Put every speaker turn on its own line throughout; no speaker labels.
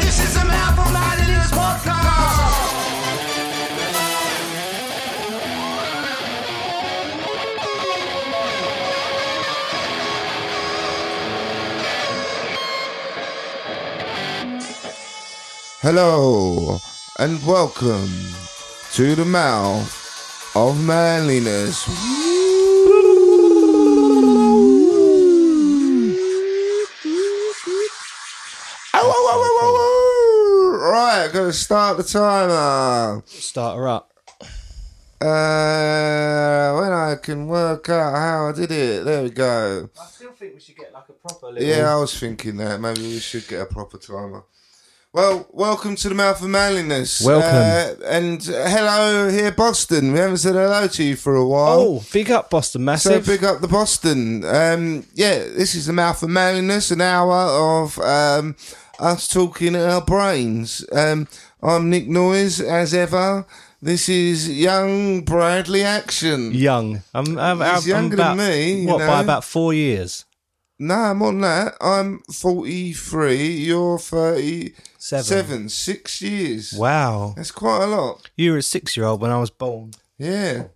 This is a mouthful night in this podcast.
Hello and welcome to the mouth of manliness. Right, gonna start the timer.
Starter up.
Uh, when I can work out how I did it, there we go.
I still think we should get like a proper
Yeah, I was thinking that maybe we should get a proper timer. Well, welcome to the Mouth of Manliness.
Welcome.
Uh, and hello here, Boston. We haven't said hello to you for a while.
Oh, big up Boston
so
Massive.
big up the Boston. Um, yeah, this is the Mouth of Manliness, an hour of um, us talking our brains. Um, I'm Nick Noyes, as ever. This is young Bradley Action.
Young. I'm, I'm,
He's
I'm
younger than
about,
me, you
What,
know.
by about four years?
No, I'm on that. I'm 43. You're 37.
Seven.
Six years.
Wow.
That's quite a lot.
You were a six year old when I was born.
Yeah.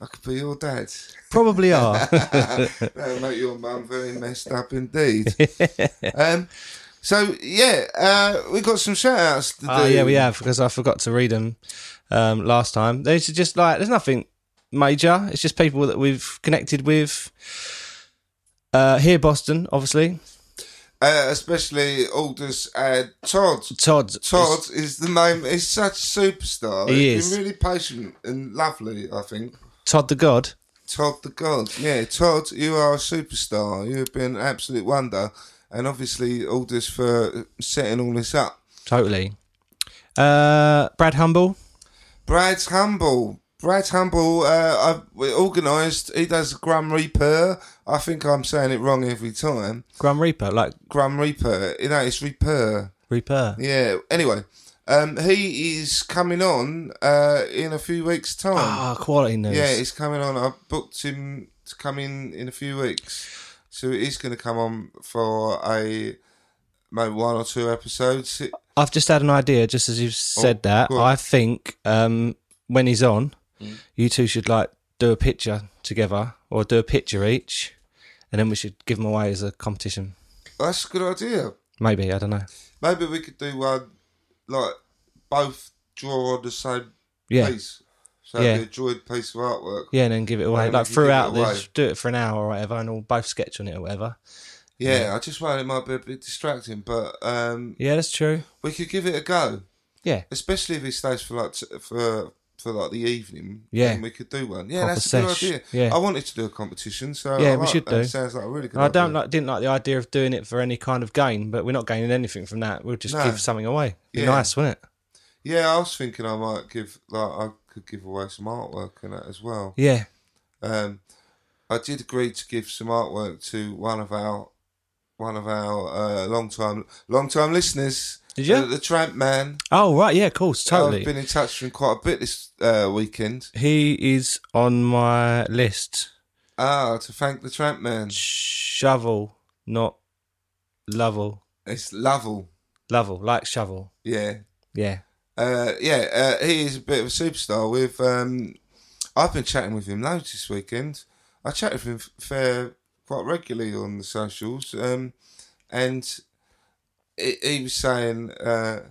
I could be your dad.
Probably are.
that would make your mum very messed up indeed. um, so, yeah, uh, we got some shout outs to
oh,
do.
yeah, we have, because I forgot to read them um, last time. There's just like, there's nothing major. It's just people that we've connected with. Uh, here, Boston, obviously.
Uh, especially Aldous and Todd.
Todd.
Todd is the name. He's such a superstar.
He
He's
is.
been really patient and lovely, I think.
Todd the God.
Todd the God. Yeah, Todd, you are a superstar. You've been an absolute wonder. And obviously, all this for setting all this up.
Totally. Uh, Brad Humble.
Brad Humble. Brad Humble, uh, I, we organised, he does Grum Reaper. I think I'm saying it wrong every time.
Grum Reaper. Like,
Grum Reaper. You know, it's Reaper.
Reaper.
Yeah, anyway. Um, he is coming on uh, in a few weeks' time.
Ah, quality news.
Yeah, he's coming on. I booked him to come in in a few weeks, so he's going to come on for a maybe one or two episodes.
I've just had an idea. Just as you've said that,
Oh, go on. Mm.
I think um, when he's on, you two should like do a picture together or do a picture each, and then we should give them away as a competition.
That's a good idea.
Maybe I don't know.
Maybe we could do one like both draw on the same
Yeah,
piece, so it'd
Yeah.
be a joined piece of artwork.
yeah, and then give it away
Maybe we
like
can give it
throughout
away.
this. Do it for an hour or whatever, and we'll both sketch on it or whatever.
Yeah, I just worry it might be a bit distracting, but um,
Yeah, that's true.
we could give it a go,
Yeah,
especially if he stays for like t- for. For like the evening,
Yeah.
then we could do one. Yeah,
Proper
that's a
sesh.
good idea.
Yeah.
I wanted to do a competition, so I
Yeah, we
like
should
that.
do.
Sounds like a really good.
I don't
idea.
like didn't like the idea of doing it for any kind of gain, but we're not gaining anything from that. We'll just
No.
give something away. Be
Yeah.
nice, wouldn't it?
Yeah, I was thinking I might give like I could give away some artwork in it as well.
Yeah,
Um, I did agree to give some artwork to one of our one of our uh, long time long time listeners.
Did you?
The, the Tramp Man.
Oh right, yeah, of course, totally.
I've been in touch with him quite a bit this uh, weekend.
He is on my list.
Ah, to thank the Tramp Man.
Shovel, not Lovell.
It's Lovell.
Lovell, like shovel.
Yeah.
Yeah.
Uh, yeah, uh, he is a bit of a superstar. With um, I've been chatting with him loads this weekend. I chatted with him f- fair quite regularly on the socials, um, and he, he was saying uh,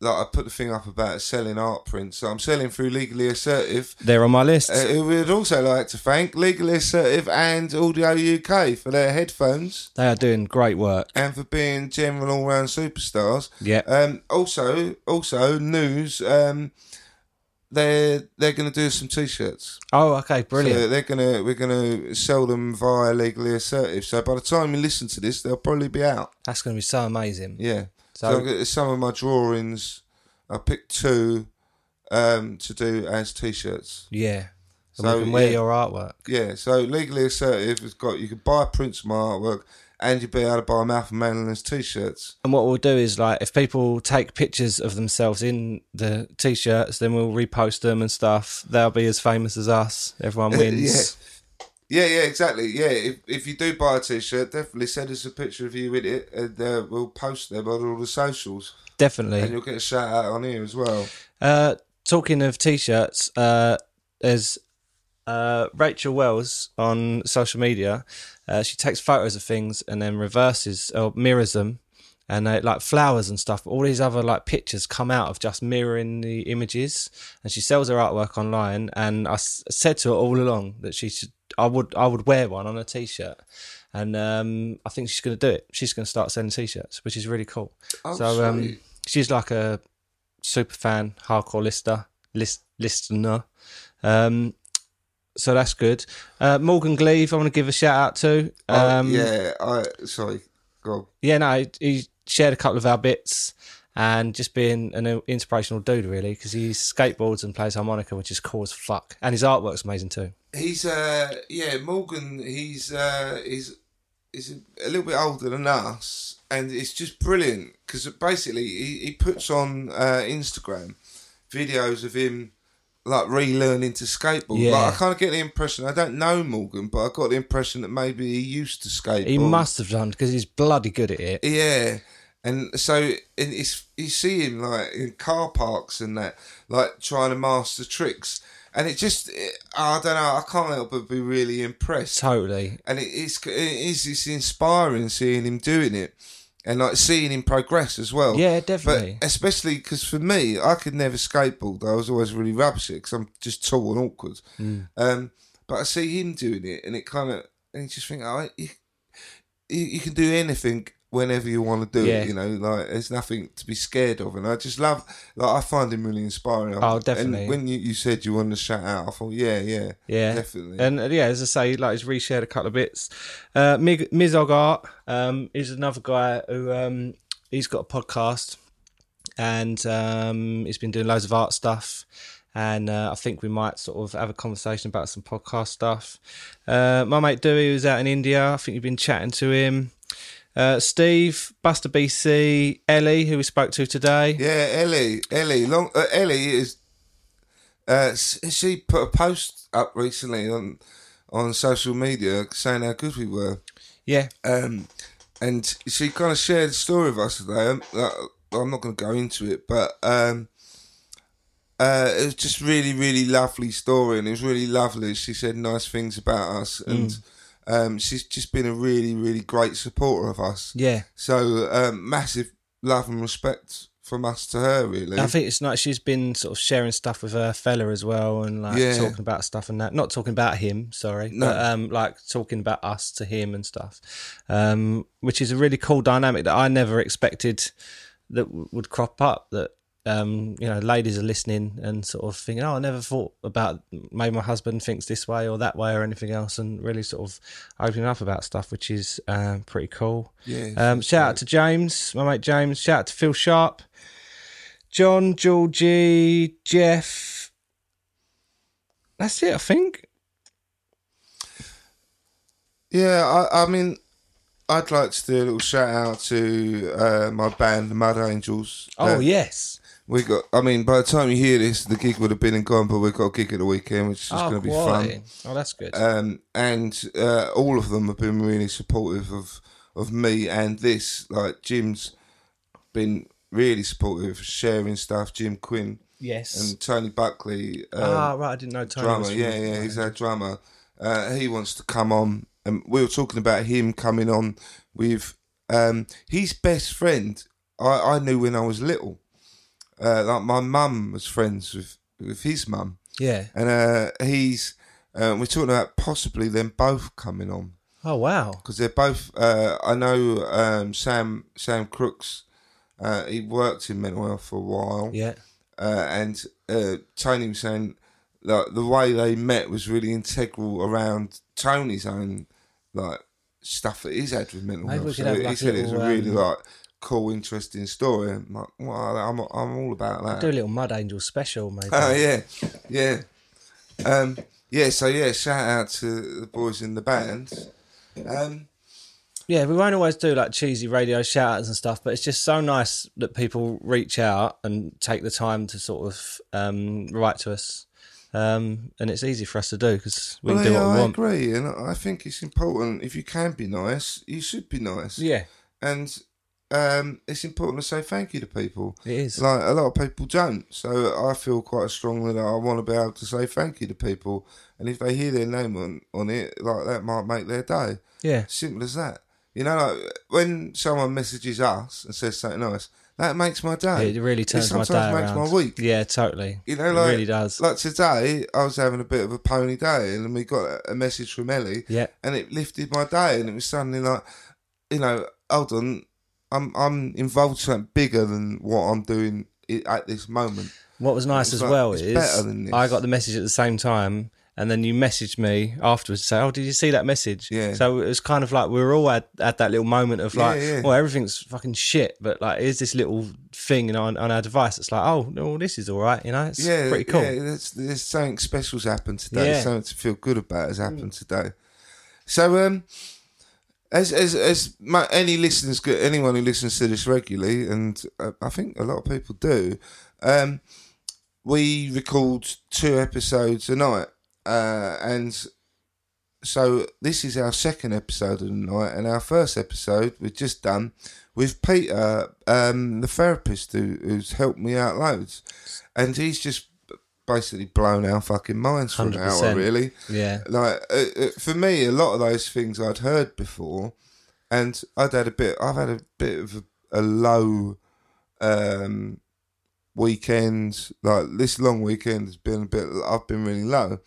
that I put the thing up about selling art prints. So I'm selling through Legally Assertive.
They're on my list.
Uh, who we'd also like to thank Legally Assertive and Audio UK for their headphones
they are doing great work.
and for being general all round superstars.
Yep.
Um, also, also news. Um, they're they're going to do some t-shirts.
Oh, okay,
So uh,
brilliant.
they're gonna we're gonna sell them via legally assertive. So by the time you listen to this, they'll probably be out.
That's going to be so amazing.
Yeah. So,
So-
I've got some of my drawings, I picked two um, to do as t-shirts.
Yeah. And
So,
we can wear
yeah.
your artwork.
Yeah. So legally assertive has got you can buy prints of my artwork and you'll be able to buy Mouth and Manliness t-shirts.
And what we'll do is like if people take pictures of themselves in the t-shirts, then we'll repost them and stuff. They'll be as famous as us. Everyone wins.
Yeah, yeah, exactly. Yeah, if, if you do buy a t-shirt, definitely send us a picture of you in it, and uh, we'll post them on all the socials, and
Definitely.
you'll get a shout out on here as well.
Uh, talking of t-shirts, uh, there's uh, Rachel Wells on social media. Uh, she takes photos of things and then reverses or mirrors them. And they, like flowers and stuff, all these other like pictures come out of just mirroring the images. And she sells her artwork online. And I s- said to her all along that she should, I would, I would wear one on a t-shirt. And um, I think she's going to do it. She's going to start selling t-shirts, which is really cool.
Oh,
so um,
sweet.
she's like a super fan, hardcore lister, list listener. Um, so that's good. Uh, Morgan Gleave, I want to give a shout out to.
Oh,
Um,
yeah, I sorry, go. on.
yeah, no, he- he shared a couple of our bits and just being an inspirational dude, really, because he skateboards and plays harmonica, which is cool as fuck. And his artwork's amazing too.
He's uh yeah Morgan. He's uh he's he's a little bit older than us, and it's just brilliant because basically he, he puts on uh, Instagram videos of him like relearning to skateboard.
Yeah.
Like, I kind of get the impression I don't know Morgan, but I got the impression that maybe he used to skateboard.
He must have done because he's bloody good at it.
Yeah, and so and it's you see him like in car parks and that, like trying to master tricks, and it just it, I don't know I can't help but be really impressed,
Totally.
and it, it's it is it's inspiring seeing him doing it. And like seeing him progress as well.
Yeah, definitely.
But especially because for me, I could never skateboard. I was always really rubbish at because I'm just tall and awkward.
Mm.
Um, but I see him doing it, and it kind of and you just think, oh, you, you, you can do anything whenever you want to do
Yeah.
it. You know, like there's nothing to be scared of, and I just love. Like I find him really inspiring.
Oh, definitely.
And when you, you said you wanted to shout out, I thought, yeah, yeah,
Yeah,
definitely.
And uh, yeah, as I say, like he's reshared a couple of bits. Uh, Mig- Mizog Art um, is another guy who um, he's got a podcast and um, he's been doing loads of art stuff. And uh, I think we might sort of have a conversation about some podcast stuff. Uh, my mate Dewey, who's out in India, I think you've been chatting to him. Uh, Steve, Buster BC, Ellie, who we spoke to today.
yeah, Ellie, Ellie, long uh, Ellie is. Uh, s- she put a post up recently on on social media saying how good we were.
Yeah,
um, and she kind of shared a story with us today. Um, uh, I'm not going to go into it, but um, uh, it was just really, really lovely story, and it was really lovely. She said nice things about us, and um, she's just been a really, really great supporter of us.
yeah.
So um, massive love and respect from us to her, really.
I think it's nice. She's been sort of sharing stuff with her fella as well, and like
Yeah.
talking about stuff and that. Not talking about him, sorry,
No.
but um, like talking about us to him and stuff, um, which is a really cool dynamic that I never expected that w- would crop up. That um, you know, ladies are listening and sort of thinking, "Oh, I never thought about maybe my husband thinks this way or that way or anything else," and really sort of opening up about stuff, which is um, pretty cool.
Yeah,
Um, shout out to James, my mate James. Shout out to Phil Sharp. John, Georgie, Jeff. That's it, I think.
Yeah, I, I mean, I'd like to do a little shout out to uh, my band, the Mud Angels.
Oh
Uh,
yes,
We got. I mean, by the time you hear this, the gig would have been and gone, but we've got a gig at the weekend, which is
oh,
going to be
quality.
fun.
Oh, that's good.
Um, and uh, all of them have been really supportive of of me and this. Like Jim's been really supportive, sharing stuff. Jim Quinn
yes.
and Tony Buckley, uh,
ah, right. I didn't know Tony
drummer.
was from-
Yeah, yeah, he's our drummer. Uh, he wants to come on and we were talking about him coming on with um, his best friend. I, I knew when I was little. Uh, like my mum was friends with with his mum,
Yeah.
and uh, he's. Uh, we're talking about possibly them both coming on
Oh wow.
because they're both. Uh, I know um, Sam Sam Crooks. Uh, he worked in mental health for a while,
Yeah.
uh, and uh, Tony was saying like the way they met was really integral around Tony's own like stuff that he's had with mental
Maybe we
health. So
could have,
he
like,
said it was a
little,
really
um,
like cool, interesting story. I'm like, well, I'm I'm all about that.
Do a little Mud Angel special, maybe.
Uh, Oh yeah, yeah, um, yeah. So yeah, shout out to the boys in the band. Um,
Yeah, we won't always do like cheesy radio shout outs and stuff, but it's just so nice that people reach out and take the time to sort of um, write to us. Um, and it's easy for us to do because we
well,
can do
yeah,
what we
I
want.
agree, and I think it's important if you can be nice, you should be nice.
Yeah,
and um, it's important to say thank you to people.
it is.
Like a lot of people don't, so I feel quite strongly that I want to be able to say thank you to people, and if they hear their name on, on it, like that might make their day.
yeah,
Simple as that. You know, like when someone messages us and says something nice, that makes my day.
it really turns my
sometimes
day
makes
around.
my week.
Yeah, totally.
You know,
It
like
really does.
Like today, I was having a bit of a pony day, and then we got a message from Ellie,
Yeah.
and it lifted my day, and it was suddenly like, you know, hold on, I'm I'm involved in something bigger than what I'm doing i- at this moment.
What was nice
It's
as
like-
well
it's
is
better than this.
I got the message at the same time, and then you messaged me afterwards to say, "Oh, did you see that message?"
Yeah.
So it was kind of like we were all at, at that little moment of like,
yeah.
"Well, everything's fucking shit," but like, is this little thing in, on on our device? It's like, "Oh, no, this is all right," you know? It's
yeah,
pretty cool.
Yeah, that's, there's something special's happened today.
Yeah. Mm.
Something to feel good about has happened today. So, um, as as as my, any listeners, go- anyone who listens to this regularly, and uh, I think a lot of people do, um, we record two episodes a night, uh, and so this is our second episode of the night, and our first episode we've just done with Peter, um, the therapist who, who's helped me out loads, and he's just basically blown our fucking minds for an hour,
100%.
really.
Yeah.
Like uh, uh, for me, a lot of those things I'd heard before, and I'd had a bit. I've had a bit of a, a low um, weekend. Like this long weekend has been a bit. I've been really low,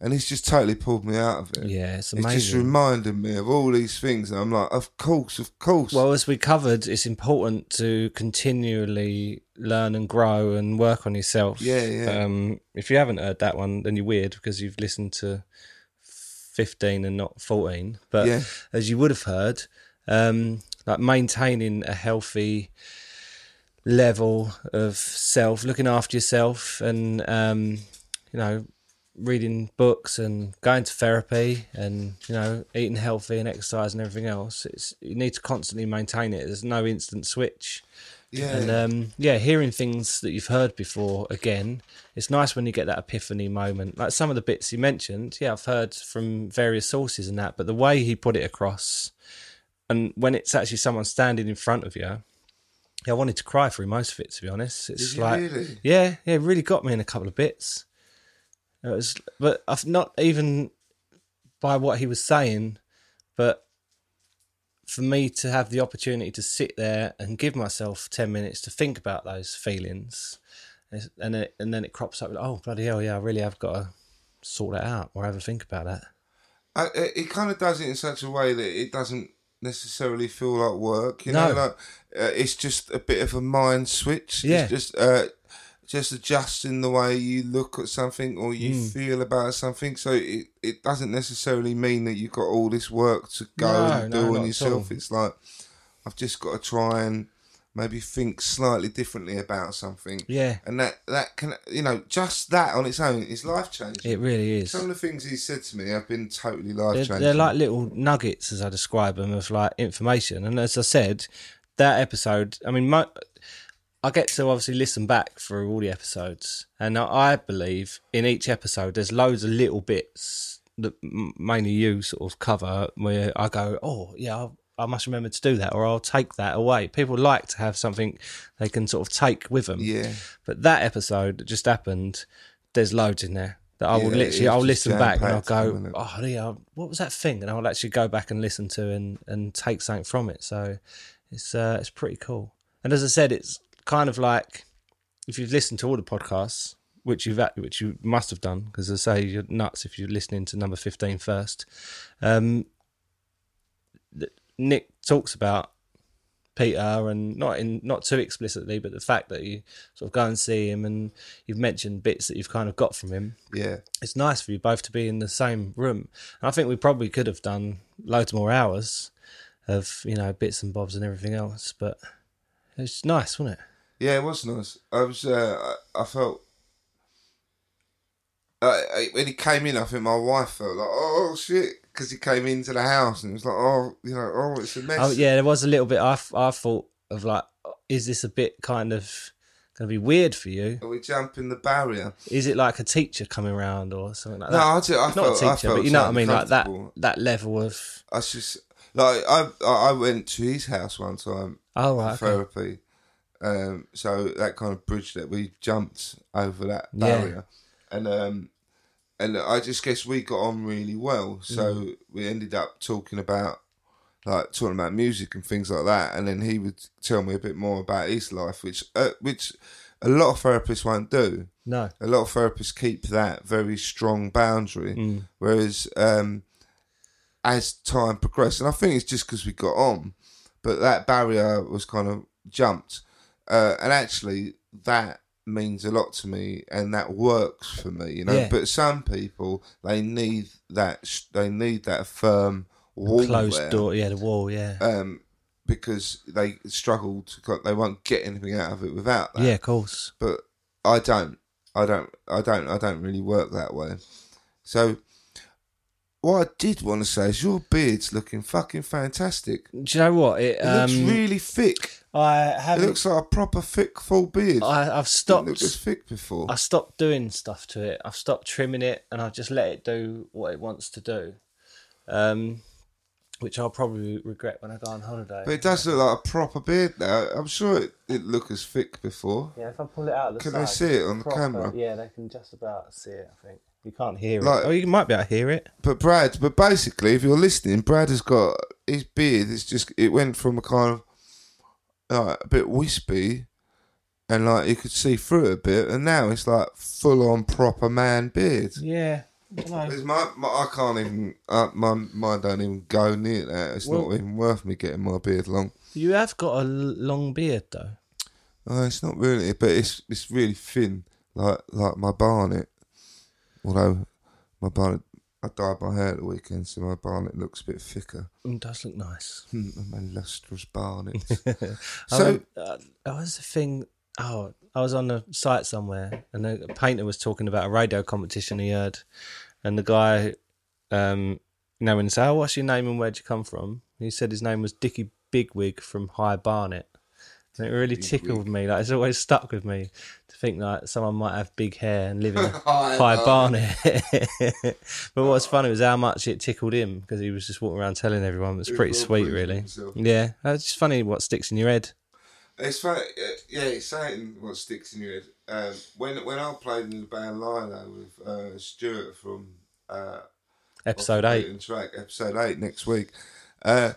and it's just totally pulled me out of it.
Yeah, it's
It's just
amazing.
reminded me of all these things, and I'm like, of course, of course.
Well, as we covered, it's important to continually learn and grow and work on yourself.
Yeah, yeah.
Um, if you haven't heard that one, then you're weird because you've listened to 15 and not 14. But
Yeah.
as you would have heard, um, like maintaining a healthy level of self, looking after yourself, and um, you know, reading books and going to therapy and you know eating healthy and exercise and everything else it's you need to constantly maintain it there's no instant switch
yeah,
and um yeah hearing things that you've heard before again it's nice when you get that epiphany moment like some of the bits he mentioned yeah i've heard from various sources and that but the way he put it across and when it's actually someone standing in front of you yeah, I wanted to cry through most of it, to be honest. It's
Did you
like,
really?
yeah, yeah, it really got me in a couple of bits. It was, but I've not even by what he was saying, but for me to have the opportunity to sit there and give myself ten minutes to think about those feelings, it's- and it, and then it crops up. Like, oh bloody hell! Yeah, I really have got to sort that out or have a think about that.
I, it, it kind of does it in such a way that it doesn't necessarily feel like work. You
No.
know, like uh, it's just a bit of a mind switch.
Yeah.
It's just uh, just adjusting the way you look at something or you
Hmm.
feel about something. So it, it doesn't necessarily mean that you've got all this work to go
No,
and
no,
do
not
on
at
yourself.
all.
It's like I've just got to try and maybe think slightly differently about something.
Yeah.
And that that can you know just that on its own is life changing.
It really is.
Some of the things he said to me have been totally life
They're,
changing.
they're like little nuggets, as I describe them, of like information. And as I said, that episode, I mean, my, I get to obviously listen back through all the episodes, and I I believe in each episode there's loads of little bits that m- mainly you sort of cover where I go, oh yeah. I'll, I must remember to do that, or I'll take that away. People like to have something they can sort of take with them.
Yeah.
But that episode that just happened, there's loads in there. that I will
Yeah,
literally
it's
I'll
just
listen back and I'll
jam-packed,
go,
isn't it?
oh yeah, what was that thing? And I'll actually go back and listen to and and take something from it. So it's uh, it's pretty cool. And as I said, it's kind of like if you've listened to all the podcasts, which you've act- which you must have done, because I say you're nuts if you're listening to number 15 first. Um, th- Nick talks about Peter, and not in not too explicitly, but the fact that you sort of go and see him, and you've mentioned bits that you've kind of got from him.
Yeah.
It's nice for you both to be in the same room. And I think we probably could have done loads more hours of you know bits and bobs and everything else, but it's nice, wasn't it?
Yeah, it was nice. I was, uh, I, I felt. Uh, I- when he came in, I think my wife felt like, oh shit, because he came into the house and it was like, oh, you know, oh, it's a mess.
Oh yeah, there was a little bit. I, f- I thought of like, is this a bit kind of going to be weird for you?
Are we jumping the barrier?
Is it like a teacher coming round or something like
No,
that?
I, ju- I
Not
felt,
a teacher,
I felt
but you know what I mean, like that
uncomfortable.
that level of
I was just like I I I went to his house one time
oh
for
right, okay.
therapy, um, so that kind of bridge that we jumped over that
Yeah.
barrier, and um, and I just guess we got on really well, so
Mm.
we ended up talking about like talking about music and things like that, and then he would tell me a bit more about his life, which uh, which a lot of therapists won't do
no,
a lot of therapists keep that very strong boundary,
Mm.
whereas um, as time progressed, and I think it's just because we got on, but that barrier was kind of jumped, uh, and actually that means a lot to me, and that works for me, you know.
Yeah.
But some people they need that sh- they need that firm wall
closed
there,
door, yeah, the wall, yeah,
um, because they struggle to co- they won't get anything out of it without that
yeah, of course,
but I don't, I don't, I don't, I don't really work that way. So, what I did want to say is your beard's looking fucking fantastic.
Do you know what? It,
It
um,
looks really thick.
I
It
haven't.
looks like a proper thick full beard.
I, I've
Didn't
stopped.
look as thick before.
I stopped doing stuff to it. I've stopped trimming it, and I've just let it do what it wants to do, um, which I'll probably regret when I go on holiday.
but it does look like a proper beard now. I'm sure it didn't look as thick before.
yeah, if I pull it out of the
Can
side,
they see it on the
proper-
camera?
Yeah, they can just about see it. I think you can't hear
Like-
it. Oh, you might be able to hear it.
But Brad, but basically, if you're listening, Brad has got his beard. It's just it went from a kind of like a bit wispy, and like you could see through it a bit, and now it's like full on proper man beard.
Yeah. No.
It's my, my I can't even uh, my mine don't even go near that. It's
Well-
not even worth me getting my beard long.
You have got a l- long beard though.
Oh, it's not really, but it's it's really thin, like like my barnet. Although my barnet, I dyed my hair at the weekend, so my barnet looks a bit thicker.
It does look nice.
Mm, my lustrous barnet.
I
so
went, uh, that was the thing. Oh, I was on a site somewhere, and a painter was talking about a radio competition he heard, and the guy, um, you know, when he said, "Oh, what's your name and where'd you come from?" He said his name was Dickie Bigwig from High Barnet. And it really tickled me. Like it's always stuck with me to think like someone might have big hair and live in a
High
high barnet. but what's funny was how much it tickled him because he was just walking around telling everyone. It's pretty
well
sweet,
pleased with
really.
himself.
Yeah, it's just funny what sticks in your head.
it's funny, uh, yeah, it's saying what sticks in your head. Um, when when I played in the band Lilo with uh, Stuart from uh,
Episode
Off
eight.
Beaten track episode eight next week. Uh,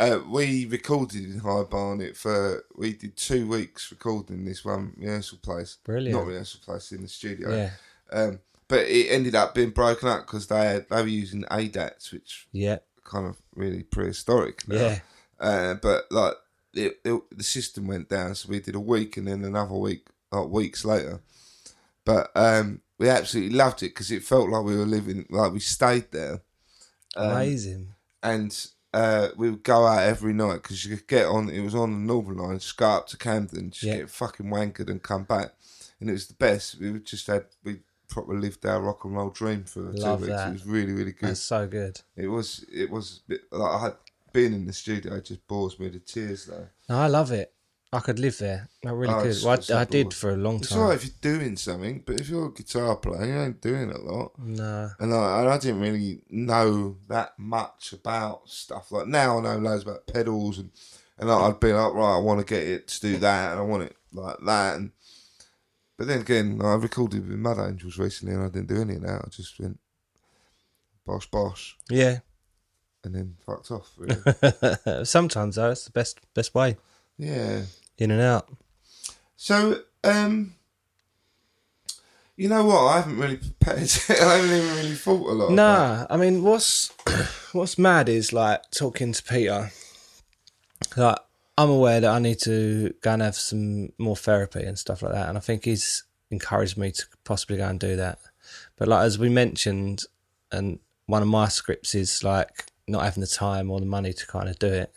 uh, we recorded in High Barnet for we did two weeks recording this one rehearsal place.
Brilliant.
not rehearsal place in the studio.
Yeah.
Um, but it ended up being broken up because they had, they were using ADATs, which
Yeah.
kind of really prehistoric. Now.
Yeah.
Uh, but like it, it, the system went down, so we did a week and then another week, like weeks later. But um, we absolutely loved it because it felt like we were living, like we stayed there, Um,
Amazing.
and uh, we would go out every night because you could get on. It was on the Northern Line, just go up to Camden, just
Yeah.
get fucking wankered and come back, and it was the best. We would just had we properly lived our rock and roll dream for
Love
two weeks.
that.
It was really really good.
That's so good.
It was it was a bit, like I had being in the studio just bores me to tears though.
No, I love it. I could live there. I really
Oh,
could.
it's-
Well,
it's
I, I
not
did
bored.
for a long
It's
time.
alright if you're doing something, but if you're a guitar player, you ain't doing a lot.
No.
And I, and I didn't really know that much about stuff. Like now, I know loads about pedals, and and I'd be like, right, I want to get it to do that, and I want it like that, and But then again, I recorded with Mud Angels recently, and I didn't do any of that. I just went bosh bosh,
Yeah. Uh,
and then fucked off. Really.
Sometimes though, it's the best best way.
yeah.
In and out.
So, um, you know what? I haven't really prepared. I haven't even really thought a lot. about-
Nah, I mean, what's what's mad is like talking to Peter. Like, I'm aware that I need to go and have some more therapy and stuff like that, and I think he's encouraged me to possibly go and do that. But like as we mentioned, and one of my scripts is like not having the time or the money to kind of do it.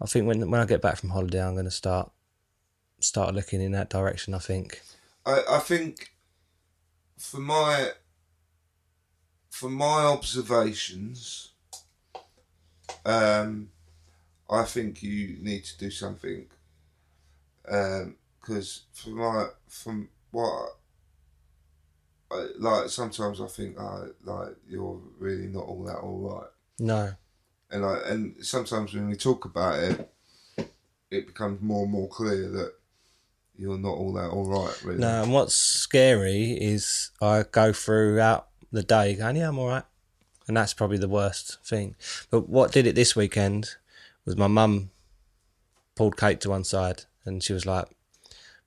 I think when when I get back from holiday, I'm going to start start looking in that direction. I think.
I, I think for my for my observations, um, I think you need to do something because from my from what I, like sometimes I think I like you're really not all that all right
No.
and I, and sometimes when we talk about it, it becomes more and more clear that you're not all that all right really.
No, and what's scary is I go throughout the day going, yeah, I'm all right. And that's probably the worst thing. But what did it this weekend was my mum pulled Kate to one side and she was like,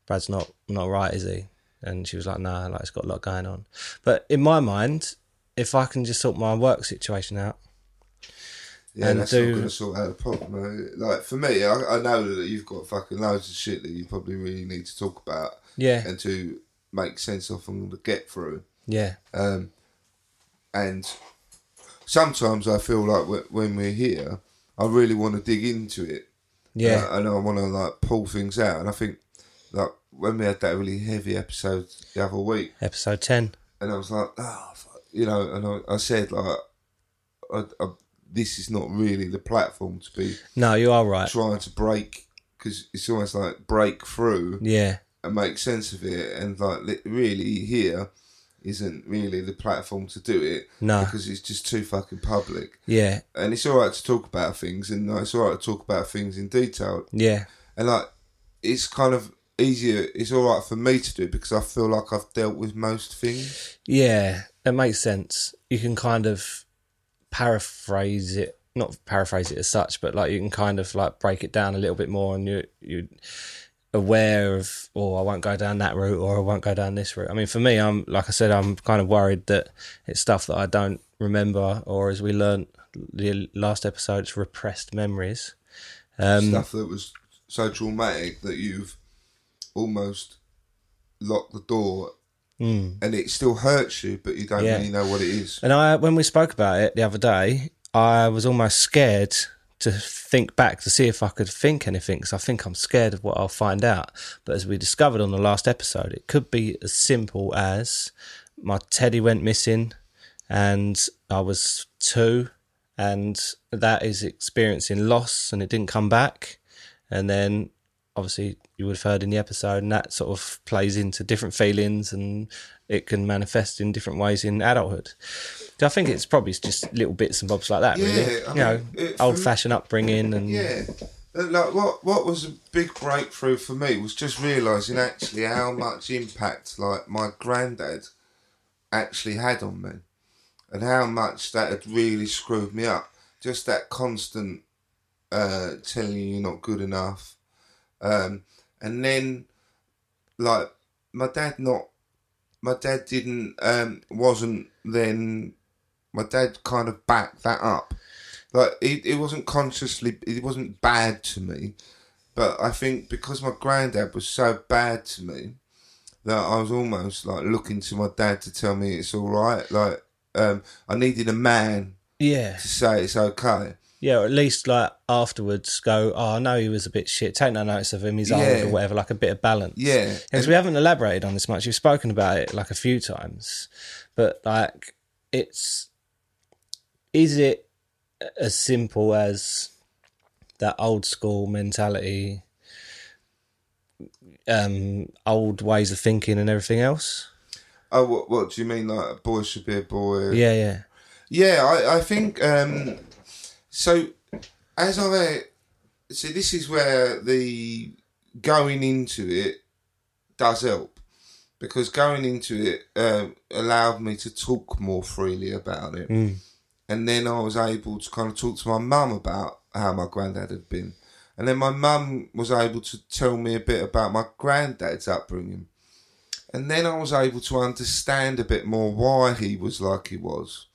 Brad's not, not right, is he? And she was like, nah, like, it's got a lot going on. But in my mind, if I can just sort my work situation out,
Yeah,
And
that's
do-
not going to sort out the problem. eh? Like for me, I, I know that you've got fucking loads of shit that you probably really need to talk about
yeah,
and to make sense of and to get through.
yeah,
Um, and sometimes I feel like wh- when we're here, I really want to dig into it.
yeah,
Uh, and I want to like pull things out. And I think like when we had that really heavy episode the other week,
episode 10.
and I was like, oh, fuck," you know, and I, I said like, I, I, this is not really the platform to be
No, you are right.
trying to break because it's almost like break through
Yeah,
and make sense of it and like li- really here isn't really the platform to do it
No.
because it's just too fucking public
yeah,
and it's all right to talk about things and like, it's all right to talk about things in detail
yeah,
and like it's kind of easier it's all right for me to do it because i feel like i've dealt with most things
Yeah, it makes sense. You can kind of paraphrase it, not paraphrase it as such, but like you can kind of like break it down a little bit more, and you you aware of, oh, I won't go down that route, or I won't go down this route. I mean, for me, I'm like I said, I'm kind of worried that it's stuff that I don't remember, or as we learnt the last episode, it's repressed memories.
stuff that was so traumatic that you've almost locked the door and it still hurts you but you don't
Yeah.
really know what it is
And I, when we spoke about it the other day, I was almost scared to think back to see if I could think anything because I think I'm scared of what I'll find out. But as we discovered on the last episode, it could be as simple as my teddy went missing and I was two, and that is experiencing loss and it didn't come back. And then obviously you would have heard in the episode, and that sort of plays into different feelings and it can manifest in different ways in adulthood. So I think it's probably just little bits and bobs like that, really.
Yeah, I
you know,
mean, it- for
old fashioned upbringing and
Yeah. And, Like what what was a big breakthrough for me was just realizing actually how much impact like my granddad actually had on me and how much that had really screwed me up just that constant uh telling you you're not good enough um and then like my dad not my dad didn't um wasn't then my dad kind of backed that up like it, it wasn't consciously it wasn't bad to me but i think because my granddad was so bad to me that i was almost like looking to my dad to tell me it's all right like um, i needed a man
yeah.
to say it's okay
Yeah, or at least like afterwards go, oh, I know he was a bit shit. Take no notice of him. He's
Yeah.
old or whatever, like a bit of balance.
yeah
Because we haven't elaborated on this much. We've spoken about it like a few times, but like it's is it as simple as that old school mentality, um, old ways of thinking and everything else?
oh what, what do you mean like a boy should be a boy
Yeah, yeah,
Yeah, I, I think um, so. As I so, this is where the going into it does help because going into it uh, allowed me to talk more freely about it. And then I was able to kind of talk to my mum about how my granddad had been. And then my mum was able to tell me a bit about my granddad's upbringing. And then I was able to understand a bit more why he was like he was.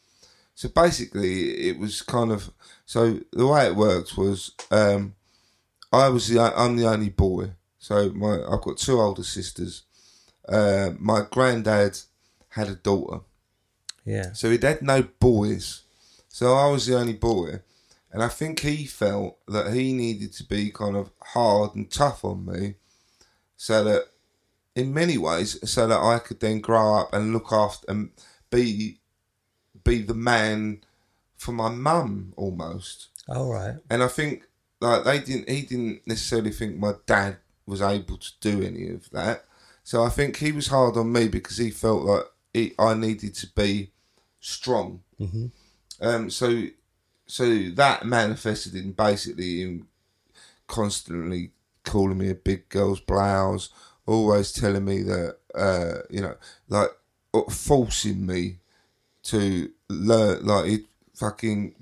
So basically, it was kind of so the way it worked was um, I was the I'm the only boy. So my I've got two older sisters. Uh, my granddad had a daughter,
Yeah.
so he'd had no boys. So I was the only boy, and I think he felt that he needed to be kind of hard and tough on me, so that in many ways, so that I could then grow up and look after and be be the man for my mum almost
All right.
and I think like they didn't he didn't necessarily think my dad was able to do any of that. So I think he was hard on me because he felt like he, I needed to be strong. Mm-hmm. Um, so so that manifested in basically him constantly calling me a big girl's blouse, always telling me that uh, you know like uh, forcing me to learn like he fucking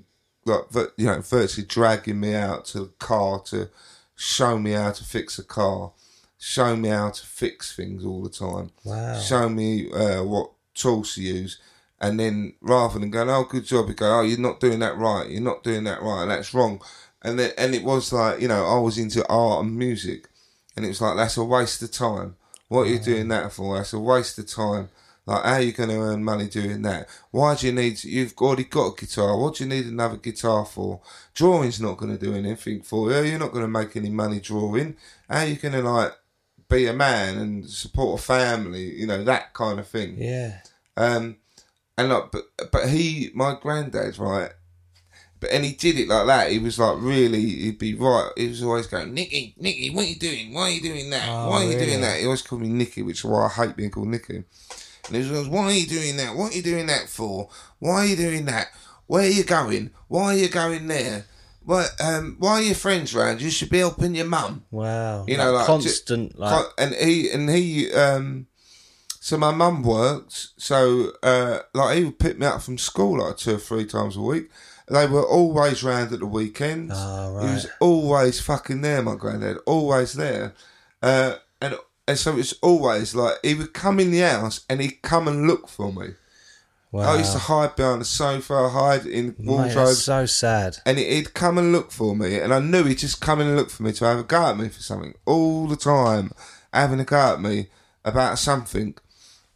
like vir- you know virtually dragging me out to the car to show me how to fix a car show me how to fix things all the time
Wow.
show me uh, what tools to use and then rather than going oh good job you go oh you're not doing that right you're not doing that right that's wrong and then and it was like you know i was into art and music and it was like that's a waste of time. What are you doing that for? That's a waste of time. Like, how are you going to earn money doing that? Why do you need? You've already got a guitar. What do you need another guitar for? Drawing's not going to do anything for you. You're not going to make any money drawing. How are you going to like be a man and support a family? You know that kind of thing.
Yeah.
Um, and like, but but he, my granddad's right. But and he did it like that. He was like really, he'd be right. He was always going, Nicky, Nicky, what are you doing? Why are you doing that?
Oh,
why are you
really?
doing that? He always called me Nicky, which is why I hate being called Nicky. And he was always, why are you doing that? What are you doing that for? Why are you doing that? Where are you going? Why are you going there? Why um, why are your friends round? You should be helping your mum
Wow.
you know, like
constant,
ju-
like
con- and he and he. Um, so my mum worked, so uh, like he would pick me up from school like two or three times a week. They were always round at the weekends.
Oh,
He was always fucking there, my granddad, always there, uh, and and so it's always like he would come in the house and he'd come and look for me.
wow.
I used to hide behind the sofa, hide in
Mate,
wardrobes
that's so sad.
and he- he'd come and look for me, and I knew he'd just come and look for me to have a go at me for something all the time, having a go at me about something,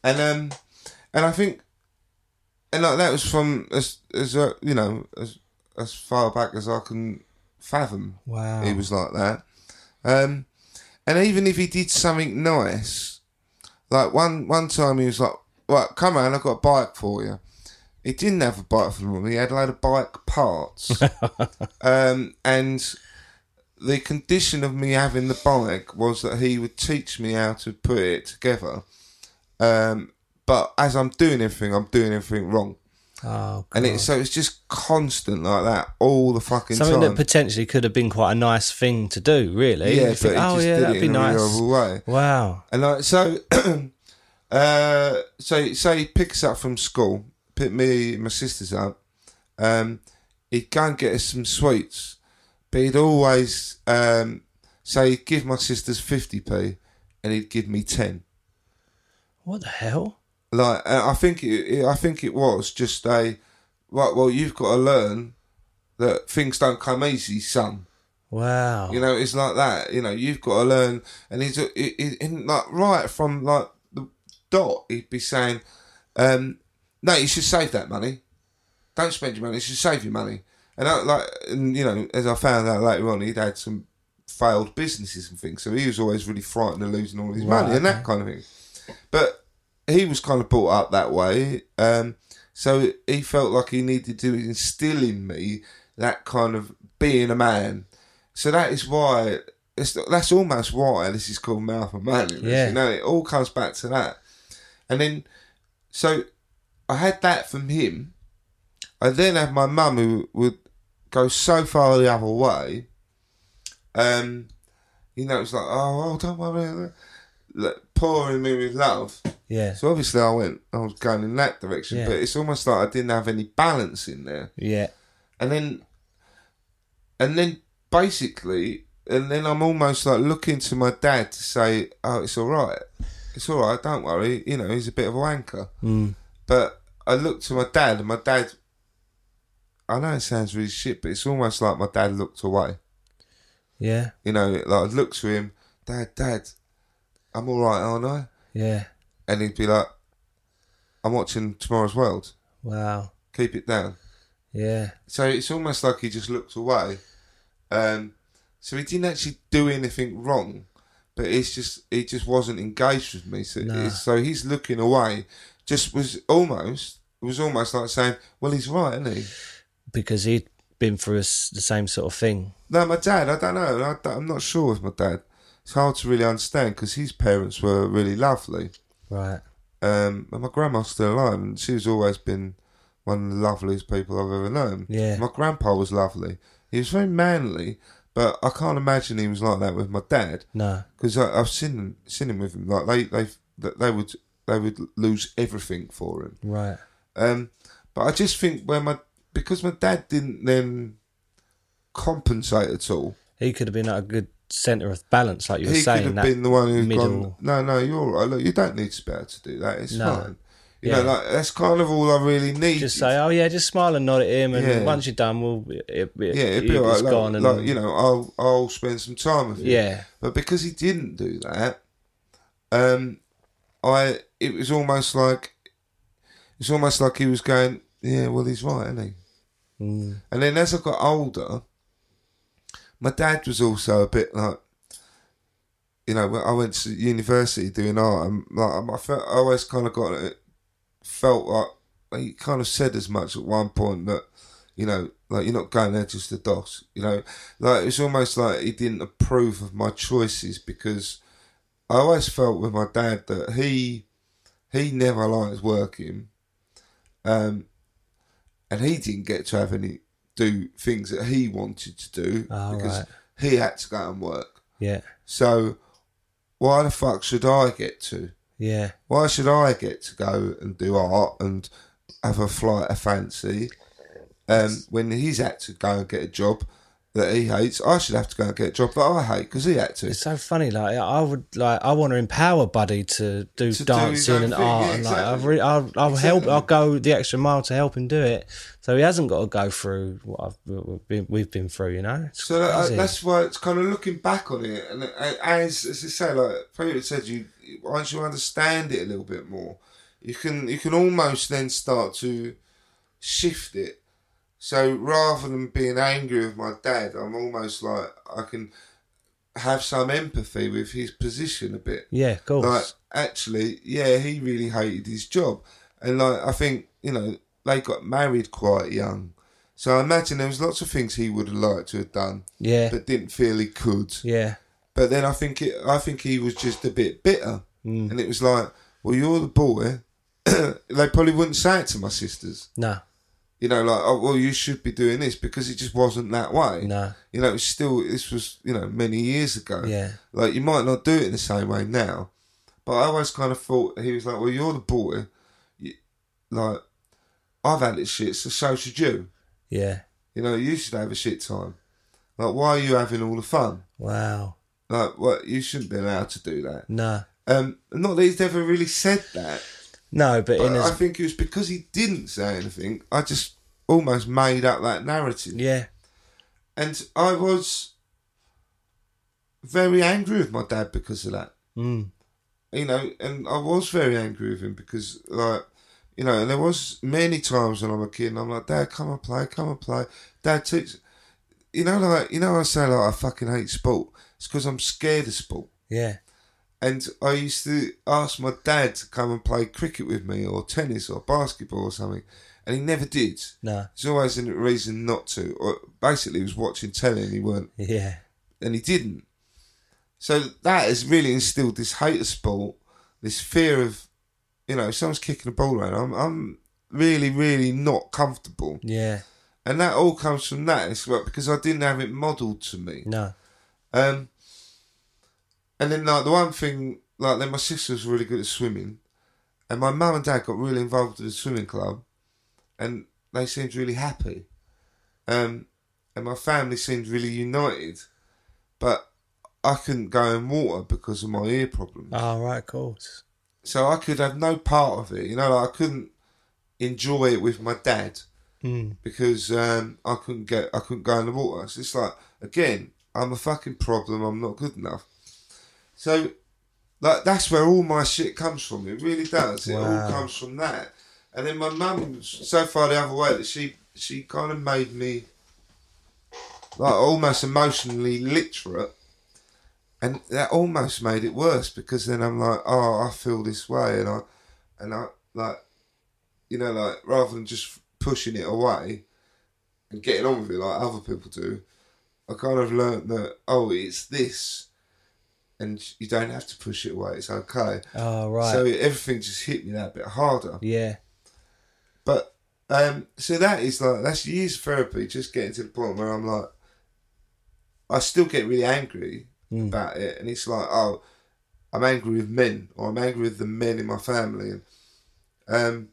and um, and I think, and like that was from as as uh, you know as as far back as I can fathom.
Wow.
He was like that. Um, and even if he did something nice, like one one time he was like, "Right, come around, I've got a bike for you." He didn't have a bike for me. He had a load of bike parts, um, and the condition of me having the bike was that he would teach me how to put it together. Um, but as I'm doing everything, I'm doing everything wrong,
oh,
and it, so it's just constant like that all the fucking
something
time.
that potentially could have been quite a nice thing to do, really.
yeah,
You
but
think,
he
oh,
just
yeah,
did
that'd
it
be
in a
nice.
really horrible way.
Wow.
And like so, uh, so so he picks up from school, pick me and my sisters up. Um, he'd go and get us some sweets, but he'd always um, say he'd give my sisters fifty p, and he'd give me ten.
What the hell?
Like uh, I think it, it, I think it was just a right. Well, you've got to learn that things don't come easy, son.
Wow.
You know, it's like that. You know, you've got to learn. And he's it, it, in like right from like the dot, he'd be saying, um, "No, you should save that money. Don't spend your money. You should save your money." And I, like, and you know, as I found out later on, he'd had some failed businesses and things, so he was always really frightened of losing all his money and that kind of thing. But he was kind of brought up that way, um, so he felt like he needed to instill in me that kind of being a man. So that is why it's, that's almost why this is called mouth and manliness.
Yeah.
You know, it all comes back to that. And then, so I had that from him. I then had my mum who would go so far the other way. oh, Um, you know, it's like, oh, well, don't worry. Like, pouring me with love.
Yeah.
So obviously I went, I was going in that direction,
Yeah.
but it's almost like I didn't have any balance in there.
yeah.
And then, and then basically, and then I'm almost like looking to my dad to say, oh, it's all right. It's all right. Don't worry. You know, he's a bit of a wanker. But I looked to my dad and my dad, I know it sounds really shit, but it's almost like my dad looked away.
Yeah.
You know, like I'd look to him, Dad, Dad, I'm all right, aren't I?
Yeah.
And he'd be like, I'm watching Tomorrow's World.
Wow.
Keep it down.
Yeah.
So it's almost like he just looked away. Um, so he didn't actually do anything wrong, but it's just he just wasn't engaged with me. So,
Nah.
it's- so he's looking away. Just was almost was almost like saying, "Well, he's right, isn't he?"
Because he'd been through us the same sort of thing.
No, my dad. I don't know. I am not sure with my dad. It's hard to really understand because his parents were really lovely.
Right.
Um, and my grandma's still alive, and she's always been one of the loveliest people I've ever known.
Yeah.
my grandpa was lovely. He was very manly, but I can't imagine he was like that with my dad
No.
because I've seen seen him with him. Like they they that they would they would lose everything for him.
Right.
Um, but I just think where my because my dad didn't then compensate at all.
He could have been like a good centre of balance, like you were
he
saying.
could have
that
been the one who's gone.
middle-
No, no, you're all right. Look, you don't need to be able to do that. It's
No.
fine. You
Yeah.
know, like that's kind of all I really need.
Just say, oh yeah, just smile and nod at him, and
Yeah.
once you're done, we'll it, it,
yeah, it'd
it's
be all right. Like,
gone, and
like, you know, I'll I'll spend some time with you.
yeah,
But because he didn't do that, um, I it was almost like it's almost like he was going, yeah, well, he's right, isn't he? Mm. And then as I got older, my dad was also a bit like, you know, when I went to university doing art, and like I'm- I felt, I always kind of got felt like he kind of said as much at one point that you know, like you're not going there just to DOS. You know, like it's almost like he didn't approve of my choices because I always felt with my dad that he he never liked working, um, and he didn't get to have any do things that he wanted to do
Oh,
because
right.
he had to go and work.
yeah,
So why the fuck should I get to?
yeah,
Why should I get to go and do art and have a flight of fancy um, when he's had to go and get a job that he hates? I should have to go and get a job that I hate because he had to.
it's so funny. Like I would like, I want to empower Buddy to do
To do his
dancing
own
and
thing,
art,
yeah,
and like I've
exactly.
re- I'll, I'll help,
Exactly.
I'll go the extra mile to help him do it, so he hasn't got to go through what I've we've been, we've been through. You know, It's
So that,
crazy.
that's why it's kind of looking back on it, and uh, as as I say, like Peter said, you once you understand it a little bit more, you can you can almost then start to shift it. So rather than being angry with my dad, I'm almost like I can have some empathy with his position a bit.
yeah, of course.
Like actually, yeah, he really hated his job, and like I think you know they got married quite young, so I imagine there was lots of things he would have liked to have done,
yeah,
but didn't feel he could.
yeah,
But then I think it, I think he was just a bit bitter,
Mm.
and it was like, well, you're the boy. they probably wouldn't say it to my sisters,
no,
you know, like, oh, well, you should be doing this because it just wasn't that way.
no,
You know, it was still this was you know many years ago.
yeah,
Like you might not do it in the same way now, but I always kind of thought he was like, "Well, you're the boy, you, like I've had it shit, so so should you.
yeah.
You know, you should have a shit time. Like, why are you having all the fun?
Wow,
Like, what you shouldn't be allowed to do that.
no,
Um, not that he's ever really said that,
no, but,
but
in
I
his
think it was because he didn't say anything. I just almost made up that narrative,
yeah,
and I was very angry with my dad because of that.
mm,
you know, and I was very angry with him because, like, you know, and there was many times when I'm a kid and I'm like, Dad, come and play, come and play, Dad, teach. You know, like, you know, I say like I fucking hate sport. It's because I'm scared of sport.
yeah,
And I used to ask my dad to come and play cricket with me or tennis or basketball or something, and he never did.
no,
There's always a reason not to. Or basically, he was watching telly and he weren't
yeah,
and he didn't. So that has really instilled this hate of sport, this fear of, you know, if someone's kicking the ball around, I'm, I'm really, really not comfortable.
yeah,
And that all comes from that. It's like, because I didn't have it modelled to me.
no,
Um, and then, like, the one thing, like, then my sister was really good at swimming. And my mum and dad got really involved with the swimming club, and they seemed really happy. Um, and my family seemed really united, but I couldn't go in water because of my ear problems.
Oh, right, of course.
So I could have no part of it. You know, like I couldn't enjoy it with my dad
Mm.
because um, I couldn't get I couldn't go in the water. It's just like again, I'm a fucking problem. I'm not good enough. So, like that's where all my shit comes from. It really does. It all
Wow.
comes from that. And then my mum, was so far the other way that she she kind of made me like almost emotionally literate. And that almost made it worse because then I'm like, oh, I feel this way, and I, and I like, you know, like rather than just pushing it away and getting on with it like other people do, I kind of learnt that oh, it's this, and you don't have to push it away. It's okay.
Oh, right.
So everything just hit me that bit harder.
yeah.
But um, so that is like that's years of therapy, just getting to the point where I'm like, I still get really angry about it, and it's like, oh, I'm angry with men, or I'm angry with the men in my family, and um,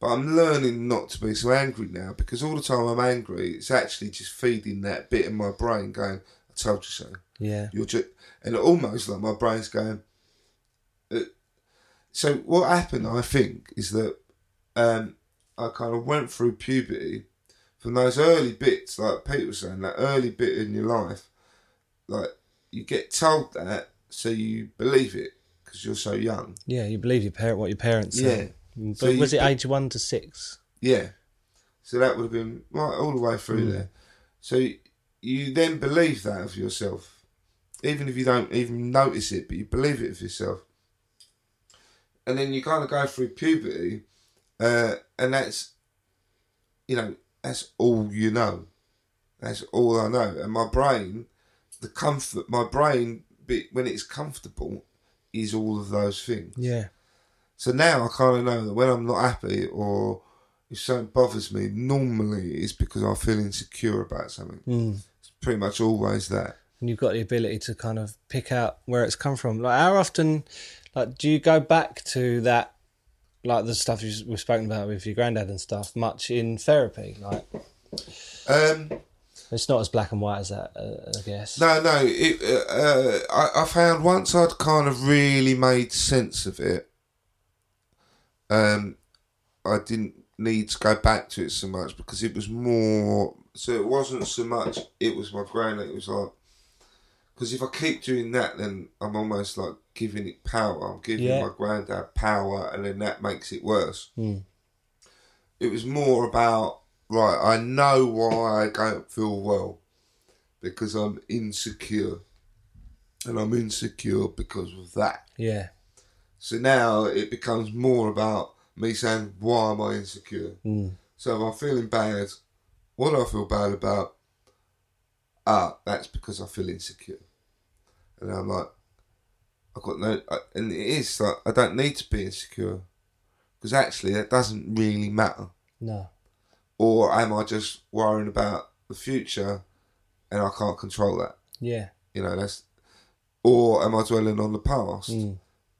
but I'm learning not to be so angry now because all the time I'm angry, it's actually just feeding that bit in my brain going, I told you so.
Yeah.
You're just, and almost like my brain's going. Uh, so what happened, I think, is that um, I kind of went through puberty from those early bits, like Pete was saying, that early bit in your life, like you get told that, so you believe it because you're so young.
Yeah, you believe your parent what your parents say. Mm,
Yeah.
But
So you
was it
be-
age one to six?
Yeah. So that would have been right all the way through there. So you, you then believe that of yourself, even if you don't even notice it, but you believe it of yourself. And then you kind of go through puberty, uh, and that's, you know, that's all you know. That's all I know. And my brain, the comfort, my brain, be- when it's comfortable, is all of those things.
Yeah.
So now I kind of know that when I'm not happy or if something bothers me, normally it's because I feel insecure about something. Mm. It's pretty much always that.
And you've got the ability to kind of pick out where it's come from. Like how often like do you go back to that like the stuff you we've spoken about with your granddad and stuff much in therapy? Like
Um,
it's not as black and white as that, uh, I guess.
no, no. It, uh, uh, I, I found once I'd kind of really made sense of it, um, I didn't need to go back to it so much because it was more. So it wasn't so much. It was my brain. It was like because if I keep doing that, then I'm almost like giving it power. I'm giving
Yeah.
my granddad power, and then that makes it worse. It was more about right. I know why I don't feel well because I'm insecure, and I'm insecure because of that.
Yeah.
So now it becomes more about me saying, why am I insecure? Mm. So if I'm feeling bad, what do I feel bad about? Ah, that's because I feel insecure. And I'm like, I've got no, I, and it is like, I don't need to be insecure. Because actually, that doesn't really matter.
No.
Or am I just worrying about the future and I can't control that?
Yeah.
you know that's or am i dwelling on the past
Hmm.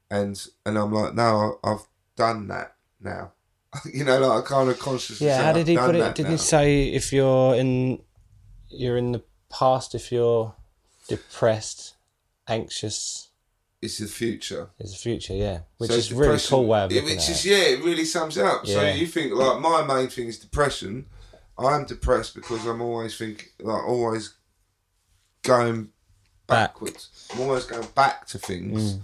and and i'm like no I- i've done that now you know like i kind of consciously
Yeah,
said,
how
"I've
did he
done
put it?
that
Did
now."
he say if you're in, you're in the past, if you're depressed, anxious
it's the future
is the future? Yeah, which
So
is really
depression-
cool way of
it-
looking
which
at
is
it.
yeah it really sums it up so
Yeah.
you think like my main thing is depression i'm depressed because i'm always think like always going
Back. Hmm.
backwards i'm always going back to things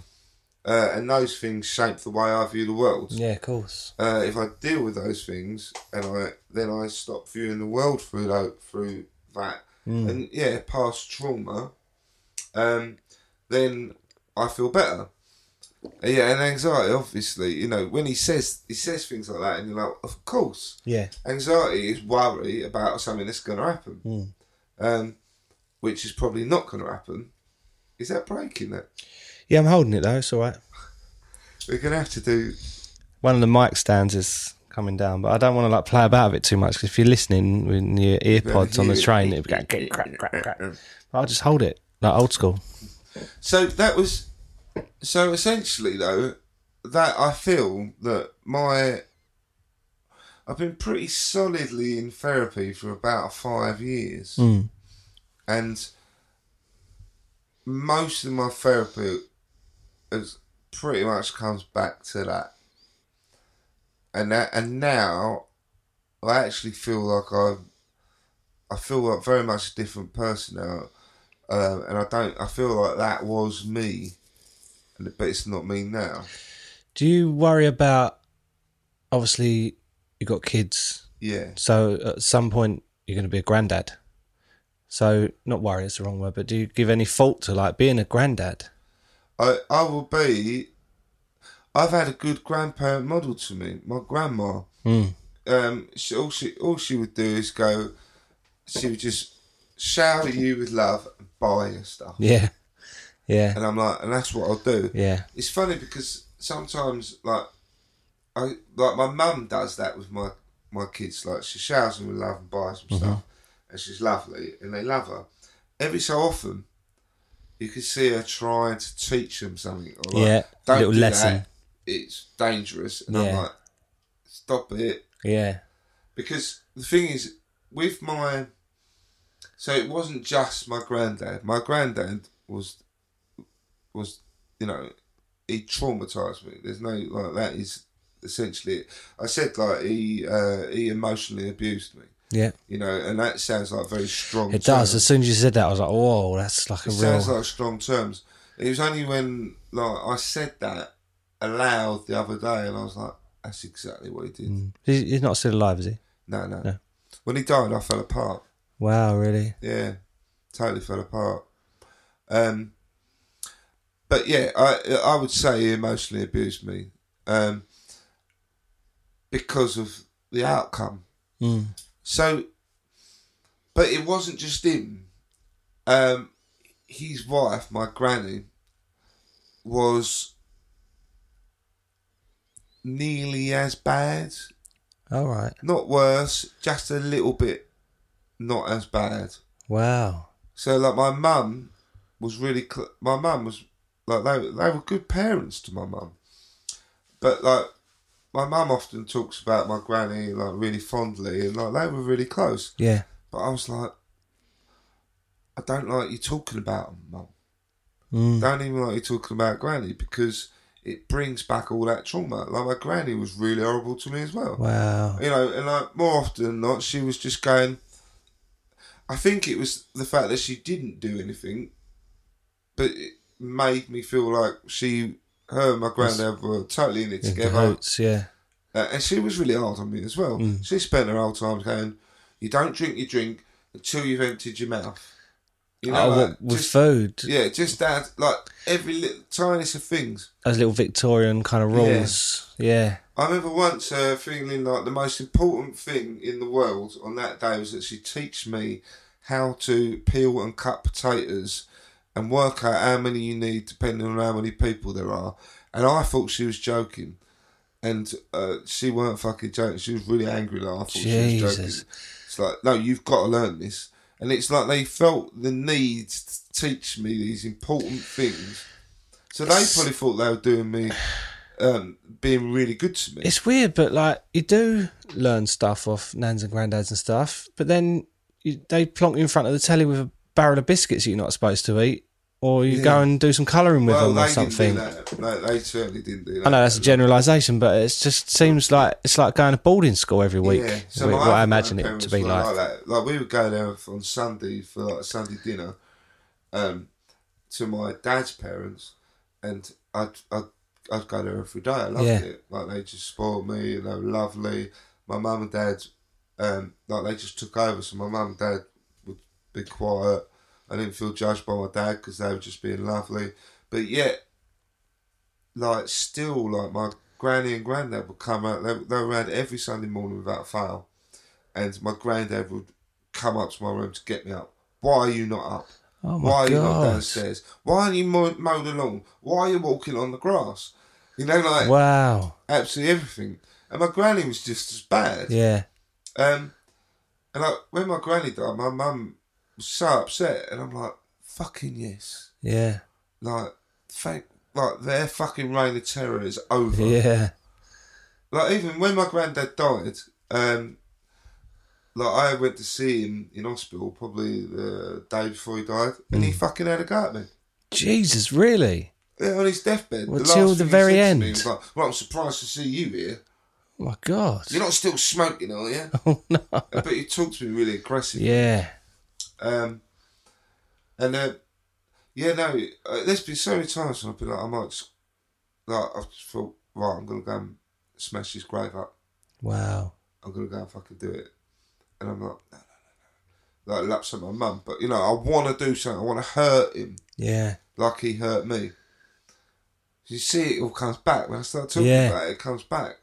uh, and those things shape the way i view the world
Yeah, of course.
uh, if I deal with those things and I then I stop viewing the world through that, through that and yeah past trauma um, then I feel better Uh, yeah and anxiety obviously you know when he says he says things like that and you're like of course
Yeah,
anxiety is worry about something that's going to happen um, which is probably not going to happen is that breaking that
yeah. I'm holding it though. It's all right.
we're going to have to do
One of the mic stands is coming down, but I don't want to like play about with it too much 'cause if you're listening with your ear pods on the train, it'd be going crack, crack, crack, crack. I'll just hold it like old school.
So that was. So essentially, though, that I feel that my I've been pretty solidly in therapy for about five years, and most of my therapy has pretty much comes back to that, and that, and now I actually feel like I've I feel like very much a different person now, um, and I don't. I feel like that was me, and- but it's not me now.
Do you worry about? Obviously, you got kids,
Yeah,
so at some point you're going to be a granddad. So not worry is the wrong word, but do you give any thought to like being a granddad?
I I will be. I've had a good grandparent model to me. My grandma. Um, she, all she all she would do is go. She would just shower you with love and buy you stuff,
Yeah, yeah,
and I'm like, and that's what I'll do.
yeah.
It's funny because sometimes, like, I like my mum does that with my my kids. Like, she showers them with love and buys
Mm-hmm.
them stuff, and she's lovely, and they love her. Every so often, you can see her trying to teach them something. Or like,
Yeah,
don't
little
do
lesson.
That. It's dangerous, and I'm
Yeah.
like, stop it.
Yeah.
Because the thing is, with my so it wasn't just my granddad. My granddad was was you know he traumatized me. There's no like that is essentially it. I said like he uh, he emotionally abused me.
Yeah.
You know, and that sounds like very strong.
It does.
terms.
As soon as you said that, I was like, "Whoa, that's like a
It
real."
sounds like strong terms. It was only when like I said that aloud the other day, and I was like, that's exactly what he did.
Mm. He's he's not still alive, is he?
No, no,
No.
When he died, I fell apart.
Wow, really?
Yeah, totally fell apart. Um, but yeah, I I would say he emotionally abused me um, because of the outcome.
Mm.
So, but it wasn't just him. Um, his wife, my granny, was nearly as bad,
All right.
not worse, just a little bit, not as bad.
Wow.
So like my mum was really cl- my mum was like they they were good parents to my mum, but like my mum often talks about my granny like really fondly and like they were really close.
Yeah.
But I was like, I don't like you talking about 'em, mum.
Mm.
Don't even like you talking about granny because it brings back all that trauma. Like my granny was really horrible to me as well
Wow.
you know, and like more often than not, she was just going. I think it was the fact that she didn't do anything, but it made me feel like she, her and my granddad were totally in it
In
together.
cahoots, yeah.
Uh, and she was really hard on me as well.
Mm.
She spent her whole time going, You don't drink your drink until you've emptied your mouth. You know,
oh,
like,
what, with
just,
food,
yeah, just that, like every little tiniest of things.
those little Victorian kind of
Yeah.
rules. Yeah.
I remember once uh, feeling like the most important thing in the world on that day was that she teach me how to peel and cut potatoes and work out how many you need depending on how many people there are. And I thought she was joking. And uh, she weren't fucking joking. She was really angry. Like, I thought she was
Jesus.
joking. It's like, no, you've got to learn this. And it's like they felt the need to teach me these important things. So they probably thought they were doing me, um, being really good to me.
It's weird, but like you do learn stuff off nans and granddads and stuff, but then you, they plonk you in front of the telly with a barrel of biscuits that you're not supposed to eat, or you go and do some colouring with them or something.
didn't do that. No, they certainly didn't do that.
I know that's a generalisation, but it just seems like it's like going to boarding school every week.
Yeah,
is what I
other
imagine it
grandparents
to be
were
like.
that. Like we would go there on Sunday for like a Sunday dinner, um, to my dad's parents, and I'd I'd, I'd go there every day. I loved
Yeah.
it. Like they just spoiled me. and They were lovely. My mum and dad, um, like they just took over. So my mum and dad would be quiet. I didn't feel judged by my dad because they were just being lovely. But yet, like still like my granny and granddad would come out they, they were out every sunday morning without fail and my granddad would come up to my room to get me up why are you not up
Oh my
why are you not
god!
downstairs why aren't you mow- mowing the lawn why are you walking on the grass you know like
Wow.
absolutely everything and my granny was just as bad
Yeah.
um, and like when my granny died my mum was so upset and i'm like fucking yes
Yeah.
like thank like their fucking reign of terror is over.
Yeah.
Like even when my granddad died, um, like I went to see him in hospital probably the day before he died, and
Mm.
he fucking had a go at me.
Jesus, really?
Yeah, on his deabed.
Well,
last
till
thing
the
he
very
said to me
end.
was like, well, I'm surprised to see you here.
Oh my God.
You're not still smoking, are you?
Oh no.
but he talked to me really aggressively.
Yeah.
Um, and uh, yeah, no, uh, there's been so many times when I've been like, I might, just, like, I've just thought, right, I'm gonna go and smash his grave up.
Wow.
I'm gonna go and fucking do it. And I'm like, no, no, no, no. Like, laps at my mum, but you know, I want to do something. I want to hurt him
Yeah.
like he hurt me. You see, it all comes back when I start talking
Yeah.
about it. It comes back.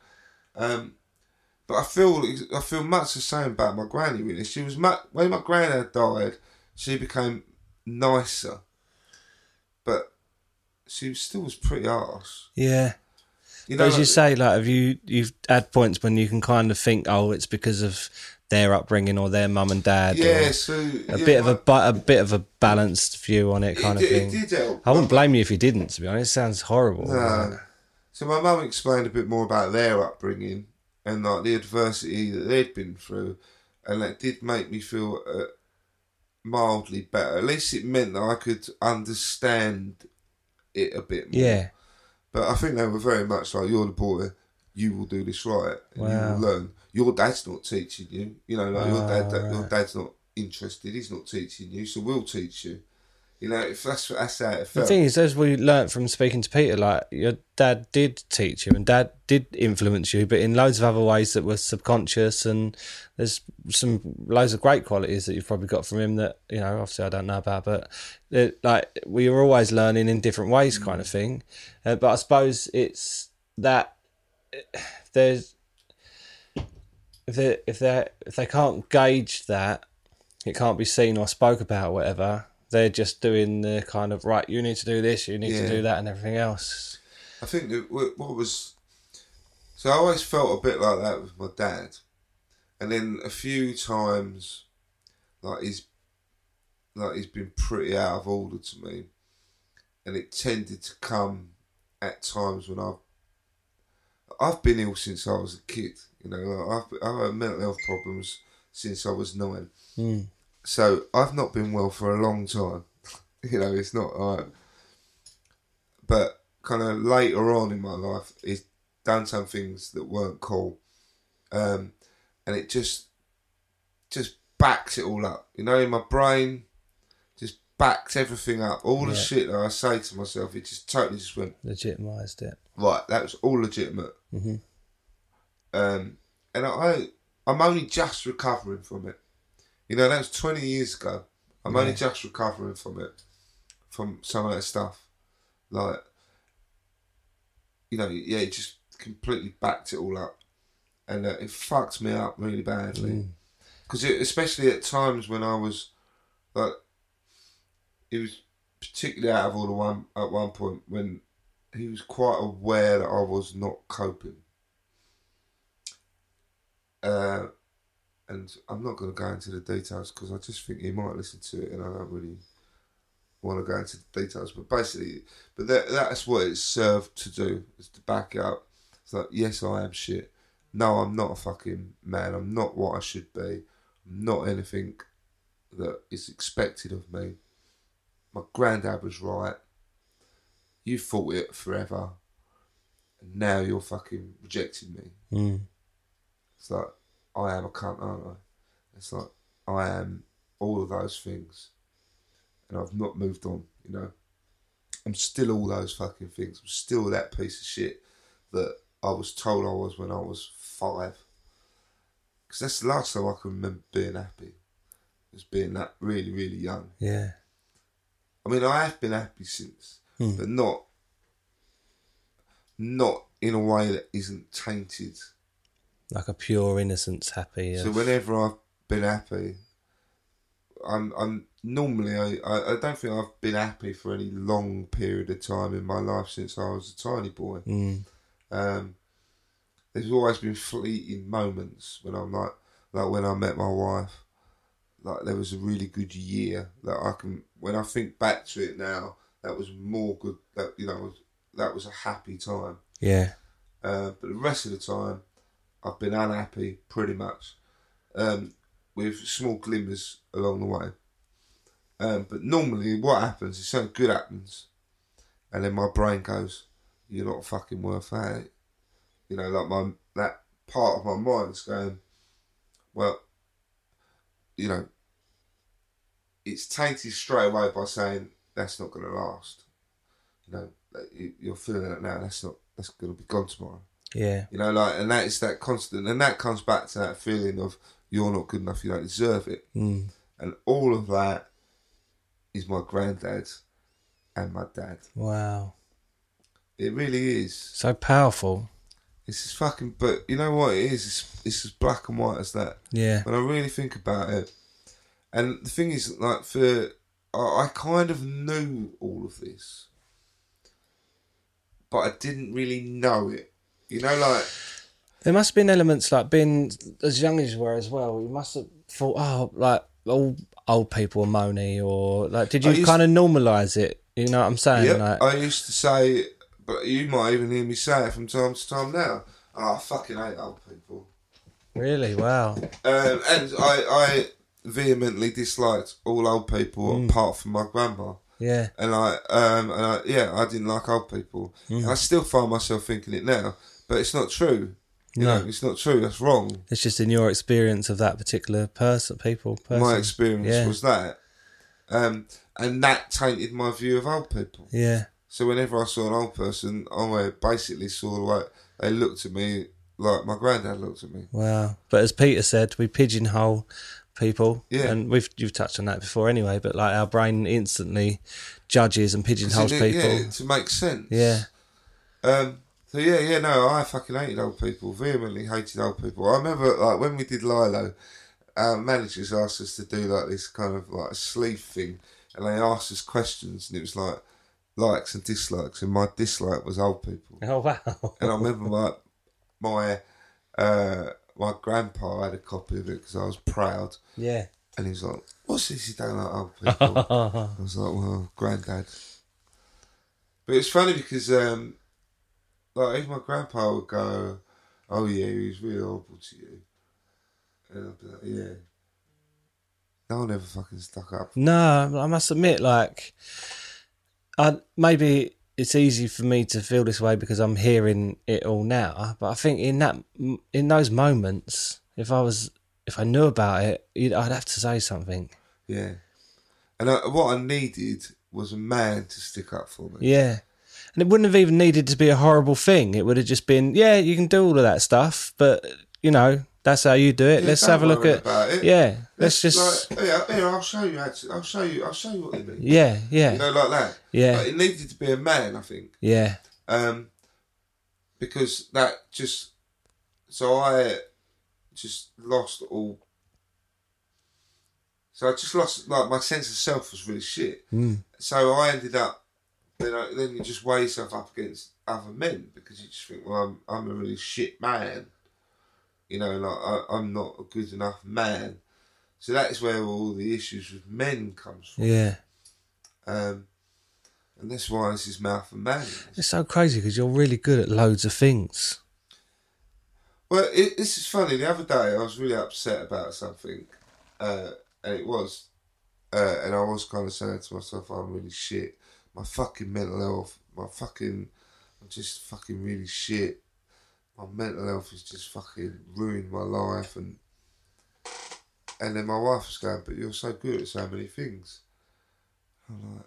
Um, but I feel I feel much the same about my granny. Really, she was mu when my granddad died, she became nicer, but she still was pretty arse.
Yeah.
You
But
know,
as you
like-
say, like, have you you've had points when you can kind of think, oh, it's because of their upbringing or their mum and dad. or
yeah. So
a bit of a bu- a bit of a balanced view on it,
It
kind of
did- it
thing.
did help.
I wouldn't blame you if you didn't. To be honest, it sounds horrible.
No. So my mum explained a bit more about their upbringing and like the adversity that they'd been through, and that did make me feel uh, mildly better. At least it meant that I could understand it a bit more.
Yeah.
But I think they were very much like, "You're the boy. You will do this right, and
Wow.
you will learn. Your dad's not teaching you. You know, like your dad,
Ah,
that your dad's not interested. He's not teaching you, so we'll teach you. You know, if that's that's how it
The
felt.
thing is, as we learnt from speaking to Peter, like your dad did teach you and dad did influence you, but in loads of other ways that were subconscious. And there's some loads of great qualities that you've probably got from him that, you know, obviously I don't know about, but it, like we were always learning in different ways, kind of thing. Uh, but I suppose it's that eh, there's if they if they if they can't gauge that, it can't be seen or spoke about, or whatever. They're just doing the kind of right. You need to do this. You need
Yeah.
to do that, and everything else.
I think that wh- what was so I always felt a bit like that with my dad, and then a few times, like he's like he's been pretty out of order to me, and it tended to come at times when I've I've been ill since I was a kid. You know, like I've I've had mental health problems since I was nine, so I've not been well for a long time. you know, it's not like but kind of later on in my life, he's done some things that weren't cool, um, and it just just backs it all up. You know, in my brain, just backs everything up. All the shit that I say to myself, it just totally just went
Legitimised it.
right. That was all legitimate.
Mhm.
Um, and I, I'm only just recovering from it. You know, that was 20 years ago. I'm only just recovering from it, from some of that stuff. Like, you know, yeah, it just completely backed it all up, and uh, it fucked me up really badly. Because especially at times when I was, like, it was particularly out of all the one at one point when he was quite aware that I was not coping. Uh, and I'm not going to go into the details because I just think he might listen to it, and I don't really want to go into the details. But basically, but that, that's what it's served to do is to back it up. It's like, yes, I am shit. No, I'm not a fucking man. I'm not what I should be. I'm not anything that is expected of me. My granddad was right. You fought it forever. And now you're fucking rejecting me.
Mm.
It's like, I am a cunt, aren't I? It's like, I am all of those things. And I've not moved on, you know? I'm still all those fucking things. I'm still that piece of shit that I was told I was when I was five. Because that's the last time I can remember being happy. Was being that really, really young.
Yeah.
I mean, I have been happy since, but not not in a way that isn't tainted.
Like a pure innocence, happy. uh,
So
of-
whenever I've been happy, I'm I'm normally I, I, I don't think I've been happy for any long period of time in my life since I was a tiny boy.
Mm.
Um, there's always been fleeting moments when I'm like like when I met my wife. Like there was a really good year that I can when I think back to it now. That was more good. That you know was that was a happy time.
Yeah.
Uh, but the rest of the time, I've been unhappy pretty much, um, with small glimmers along the way. Um, but normally, what happens is something good happens, and then my brain goes, "You're not fucking worth that." You know, like my that part of my mind's going, "Well, you know, it's tainted straight away by saying that's not going to last." You know, that you- you're feeling that now. That's not. That's going to be gone tomorrow.
Yeah.
You know, like, and that's that constant, and that comes back to that feeling of you're not good enough, you don't deserve it,
Mm.
and all of that is my granddad and my dad.
Wow.
It really is.
So powerful.
It's as fucking, but you know what it is? It's, it's as black and white as that.
Yeah.
When I really think about it, and the thing is, like, for I, I kind of knew all of this, but I didn't really know it. You know, like.
There must have been elements like being as young as you were as well. You must have thought, oh, like all old people are moany, or like, did
I
you
used-
kind of normalise it? You know what I'm saying?
Yeah,
Like,
I used to say, but you might even hear me say it from time to time now. Oh, I fucking hate old people.
really? Wow.
Um, and I, I vehemently disliked all old people
Mm.
apart from my grandma.
Yeah.
And I, um, and I, yeah, I didn't like old people.
Mm.
I still find myself thinking it now, but it's not true. You
No.
know, it's not true. That's wrong.
It's just in your experience of that particular person, people, person.
My experience
Yeah.
was that, um, and that tainted my view of old people.
Yeah.
So whenever I saw an old person, I basically saw like they looked at me like my granddad looked at me.
Wow. But as Peter said, we pigeonhole people.
Yeah.
And we've you've touched on that before anyway, but like our brain instantly judges and pigeonholes
To-
people.
Yeah, to make sense.
Yeah.
Um. So yeah, yeah, no, I fucking hated old people. Vehemently hated old people. I remember like when we did Lilo, our managers asked us to do like this kind of like a sleeve thing, and they asked us questions, and it was like likes and dislikes, and my dislike was old people.
Oh wow.
and I remember my my uh, my grandpa had a copy of it because I was proud,
Yeah.
and he was like, "What's this you don't like old people?" I was like, "Well, granddad." But it's funny because um, like if my grandpa would go, "Oh yeah, he's really horrible to you," and I'd be like, "Yeah." No one ever fucking stuck up.
No, I must admit, like, I maybe it's easy for me to feel this way because I'm hearing it all now. But I think in that, in those moments, if I was, if I knew about it, you'd, I'd have to say something.
Yeah. And I, what I needed was a man to stick up for me.
Yeah, and it wouldn't have even needed to be a horrible thing. It would have just been, yeah, you can do all of that stuff, but you know, that's how you do it.
Yeah,
let's
don't
have a look
worry
at,
about it.
yeah, let's
It's
just,
like, yeah, here, I'll show you how to, I'll show you I'll show you what they mean.
yeah, yeah,
You know, like that.
Yeah.
Like, it needed to be a man, I think.
yeah,
Um because that just so I just lost all so I just lost like my sense of self was really shit. Mm. So I ended up you know, then you just weigh yourself up against other men because you just think, well, I'm I'm a really shit man, you know, like I, I'm not a good enough man. So that is where all the issues with men comes from,
yeah.
um, and that's why this is mouth and man.
It's so crazy because you're really good at loads of things.
Well, it, this is funny. The other day, I was really upset about something, uh, and it was, uh, and I was kind of saying to myself, "I'm really shit. My fucking mental health. My fucking, I'm just fucking really shit. My mental health has just fucking ruined my life." And and then my wife was going, "But you're so good at so many things." I'm like,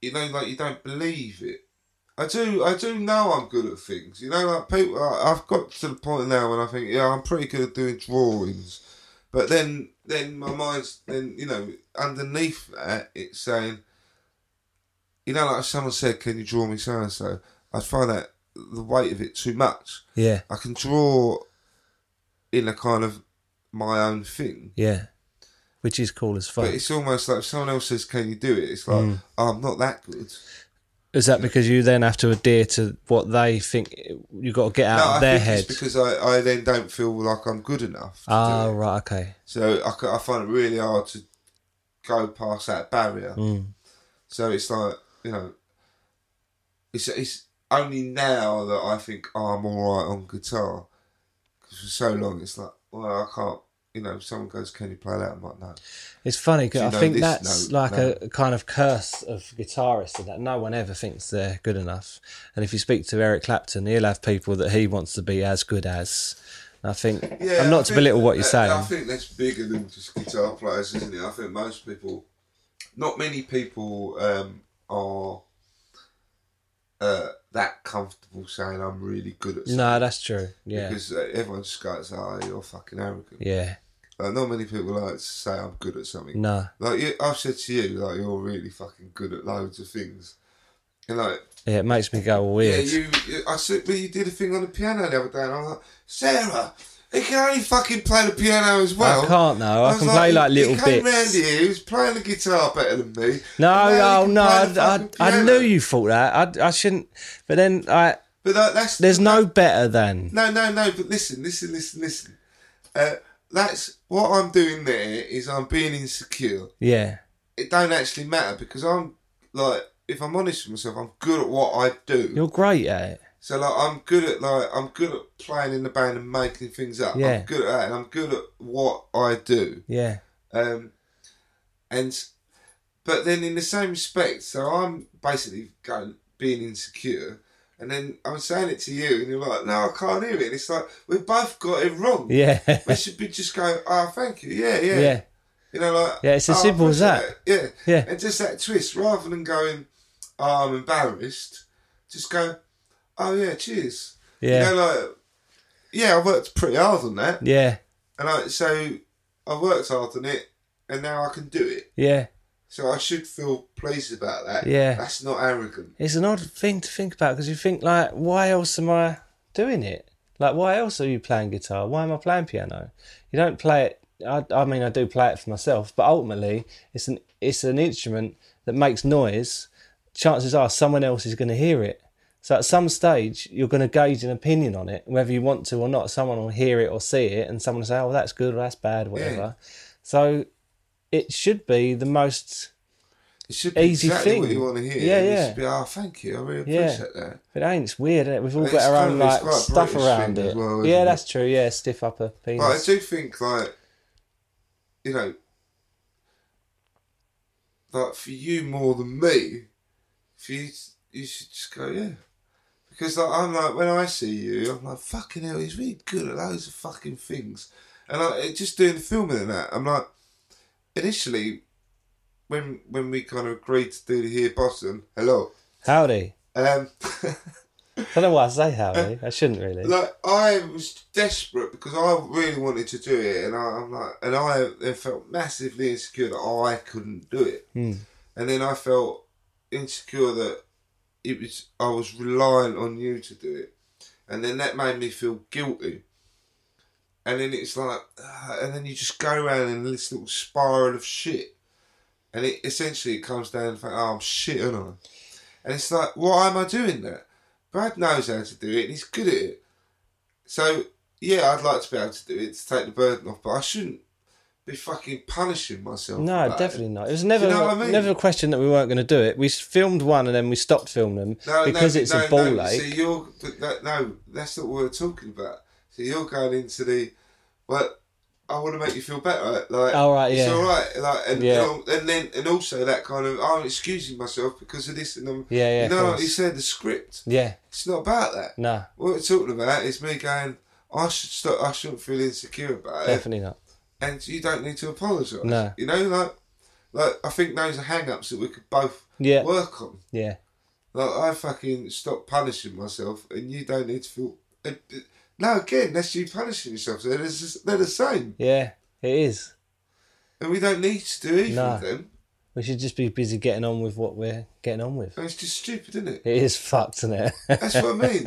you know, like you don't believe it. I do, I do know I'm good at things. You know, like people, I- I've got to the point now when I think, yeah, I'm pretty good at doing drawings, but then, then my mind's, then you know, underneath that, it's saying, you know, like someone said, can you draw me so and so? I find that the weight of it too much.
Yeah,
I can draw in a kind of my own thing,
yeah. Which is cool as
but
fuck.
it's almost like if someone else says, can you do it? It's like, oh, I'm not that good.
Is that because you then have to adhere to what they think you got to get out of their head?
it's because I, I then don't feel like I'm good enough. to do
Ah,
it.
right, okay.
So I,
Hmm.
ca- I find it really hard to go past that barrier. So it's like, yeah, you know, it's it's only now that I think oh, I'm all right on guitar because for so long it's like well I can't. You know, if someone goes, "Can you play that?" I'm like, "No."
It's funny
Do you
because I
know
think
this
that's
note?
like
No.
a kind of curse of guitarists in that no one ever thinks they're good enough. And if you speak to Eric Clapton, he'll have people that he wants to be as good as. And I think I'm
I
not to
think
belittle what you're
that-
saying.
I think that's bigger than just guitar players, isn't it? I think most people, not many people, um, are uh, that comfortable saying I'm really good at something.
no, that's true. Yeah,
Because uh, everyone just goes, "Oh, you're fucking arrogant."
yeah,
Like, not many people like to say I'm good at something.
no,
Like you, I've said to you, like you're really fucking good at loads of things. And like,
yeah, it makes me go weird.
yeah, you, you. I said, but you did a thing on the piano the other day, and I was like, Sarah, he can only fucking play the piano as well.
I can't though. I,
was
can play like
he-
little
he came round
bits.
here, he was playing the guitar better than me.
No,
and now
oh,
he can
no,
play
I,
the
I,
fucking
I
piano.
knew you thought that. I, I shouldn't. But then I,
But that, that's
there's no better than.
No, no, no. But listen, listen, listen, listen. Uh, that's what I'm doing. There is I'm being insecure.
Yeah,
It don't actually matter because I'm like, if I'm honest with myself, I'm good at what I do.
you're great at it.
So like I'm good at like I'm good at playing in the band and making things up.
Yeah.
I'm good at that and I'm good at what I do.
Yeah,
Um and but then in the same respect, so I'm basically going being insecure and then I'm saying it to you and you're like, No, I can't hear it and it's like we've both got it wrong.
yeah,
We should be just going, Oh thank you, yeah, yeah.
yeah.
You know like
Yeah, it's as
"Oh, I
simple as
appreciate it." Yeah.
Yeah.
And just that twist, rather than going, oh, I'm embarrassed, just go, Oh yeah, cheers.
Yeah.
You know, like, yeah, I worked pretty hard on that,
Yeah.
and I so I worked hard on it, and now I can do it.
Yeah.
So I should feel pleased about that.
Yeah.
that's not arrogant.
It's an odd thing to think about because you think like, why else am I doing it? Like, why else are you playing guitar? Why am I playing piano? You don't play it. I, I mean, I do play it for myself, but ultimately, it's an it's an instrument that makes noise. Chances are, someone else is going to hear it. So at some stage, you're going to gauge an opinion on it, whether you want to or not. Someone will hear it or see it, and someone will say, "Oh, that's good," or "That's bad," whatever. So it should be the most
It should be
Easy
exactly
thing.
what you want to hear.
Yeah,
and
yeah.
It should be, oh, thank you, I really
Yeah.
appreciate that.
But ain't it's weird, innit? We've all
It's
got our
kind
own
of- it's
like
quite a
stuff
British
around
thing
it.
as well, isn't
yeah,
it?
that's true. Yeah, stiff upper penis.
But I do think like, you know, like for you more than me, for you, you should just go yeah. Because like I'm like when I see you, I'm like fucking hell, he's really good at loads of fucking things, and like it- just doing the filming and that, I'm like, initially, when when we kind of agreed to do the here Boston, hello,
Howdy.
um,
I don't know why I say howdy. I shouldn't really.
like I was desperate because I really wanted to do it, and I, I'm like, and I then felt massively insecure that I couldn't do it, and then I felt insecure that it was I was reliant on you to do it, and then that made me feel guilty, and then it's like, ah, and then you just go around in this little spiral of shit, and it essentially it comes down to the fact, oh, I'm shit, aren't I? And it's like, why am I doing that? Brad knows how to do it and he's good at it. So, yeah, I'd like to be able to do it to take the burden off, but I shouldn't be fucking punishing myself.
no,
about it.
definitely not. It was never
Do you know what I mean?
never a question that we weren't going to do it. We s- filmed one and then we stopped filming them because it's a ball
no,
ache.
See, you're, but that, no, that's not what we're talking about. So you're going into the, well, I want to make you feel better. Like,
Oh, right,
it's
yeah.
all right. Like, and,
Yeah.
and, all- and then and also that kind of I'm excusing myself because of this and I'm.
Yeah, yeah,
You
of
know, like
course.
you said the script.
Yeah,
It's not about that.
no,
What we're talking about is me going. I should stop. I shouldn't feel insecure about it,
definitely not.
and you don't need to apologise.
No.
you know, like, like I think those are hang-ups that we could both
Yeah.
work on.
Yeah,
Like I fucking stop punishing myself, and you don't need to feel. and- No, again, that's you punishing yourself. So they're, just, they're the same,
yeah, it is.
and we don't need to do either of
No.
them.
We should just be busy getting on with what we're getting on with.
And it's just stupid, isn't it?
It is fucked, isn't it?
That's what I mean.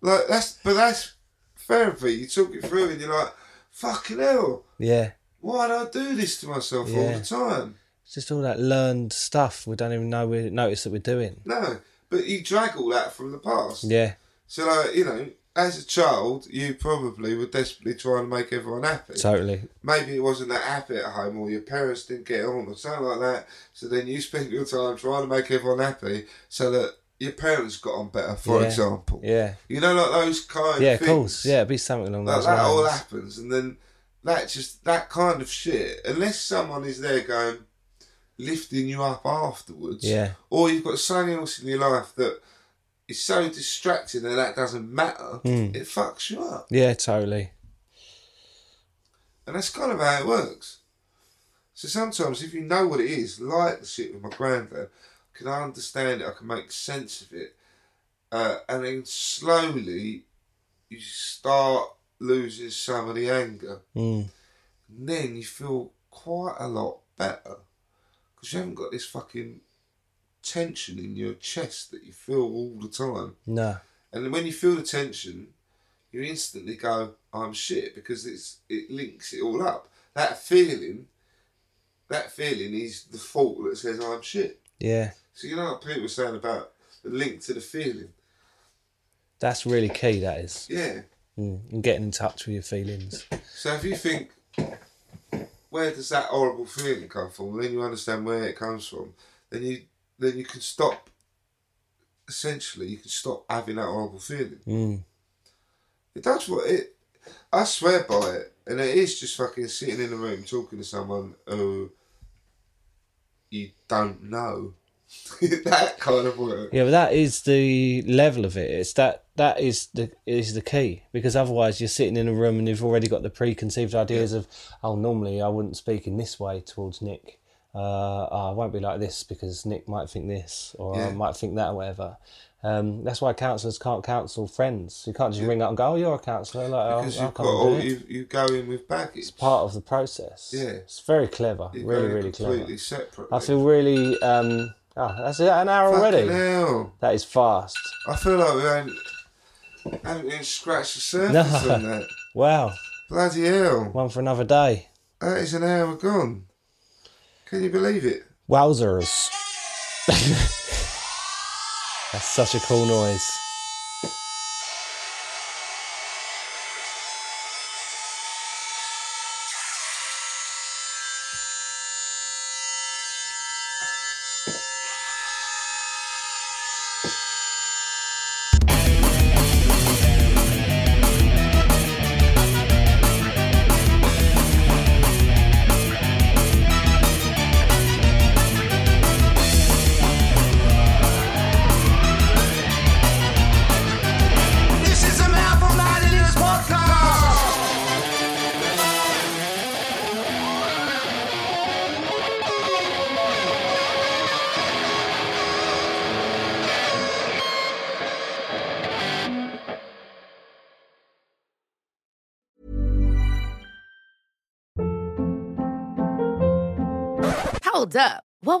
like that's, but that's therapy. You talk it through, and you're like, fucking hell,
yeah,
why do I do this to myself all
Yeah.
the time?
it's just all that learned stuff we don't even know we notice that we're doing.
No, but you drag all that from the past.
Yeah,
So like you know, as a child, you probably were desperately trying to make everyone happy.
Totally.
Maybe it wasn't that happy at home, or your parents didn't get on, or something like that. So then you spent your time trying to make everyone happy, so that your parents got on better, for
Yeah.
example.
Yeah.
You know, like those kind.
Yeah,
of
of
things.
course. Yeah, it'd be something along
Like
those
that all
lines.
happens, and then that just that kind of shit. Unless someone is there going lifting you up afterwards,
Yeah.
or you've got something else in your life that is so distracting that that doesn't matter.
Hmm.
It fucks you up,
Yeah, totally.
and that's kind of how it works. So sometimes, if you know what it is, like the shit with my granddad, can I understand it? I can make sense of it, uh, and then slowly you start losing some of the anger.
Mm.
And then you feel quite a lot better because you haven't got this fucking tension in your chest that you feel all the time.
No.
And then when you feel the tension, you instantly go, "I'm shit," because it's it links it all up. That feeling, that feeling is the thought that says, "I'm shit."
Yeah.
So you know what people were saying about the link to the feeling.
That's really key, that is.
Yeah.
Mm. And getting in touch with your feelings.
So if you think, where does that horrible feeling come from? Then you understand where it comes from. Then you then you can stop. Essentially, you can stop having that horrible feeling.
Mm.
It does what it. I swear by it, and it is just fucking sitting in a room talking to someone who you don't know. that kind of work.
Yeah, but that is the level of it. It's that that is the is the key because otherwise you're sitting in a room and you've already got the preconceived ideas of oh normally I wouldn't speak in this way towards Nick. Uh, oh, I won't be like this because Nick might think this or I
Yeah.
might think that or whatever. Um, that's why counsellors can't counsel friends. You can't just ring up and go, "Oh, you're a counsellor." Like,
Because
I, I
you've
can't
got
do
all
it.
you you go in with baggage.
It's part of the process.
Yeah.
it's very clever.
You go
really,
in
really clever.
completely separate.
I feel really. Um, oh, that's it. An hour already.
Fucking hell.
That is fast.
I feel like we haven't, haven't even scratched the surface
No.
on that.
Wow.
Bloody hell.
One for another day.
That is an hour gone. Can you believe it?
Wowzers. That's such a cool noise.
This is a man from out in his podcast.
Hold up. What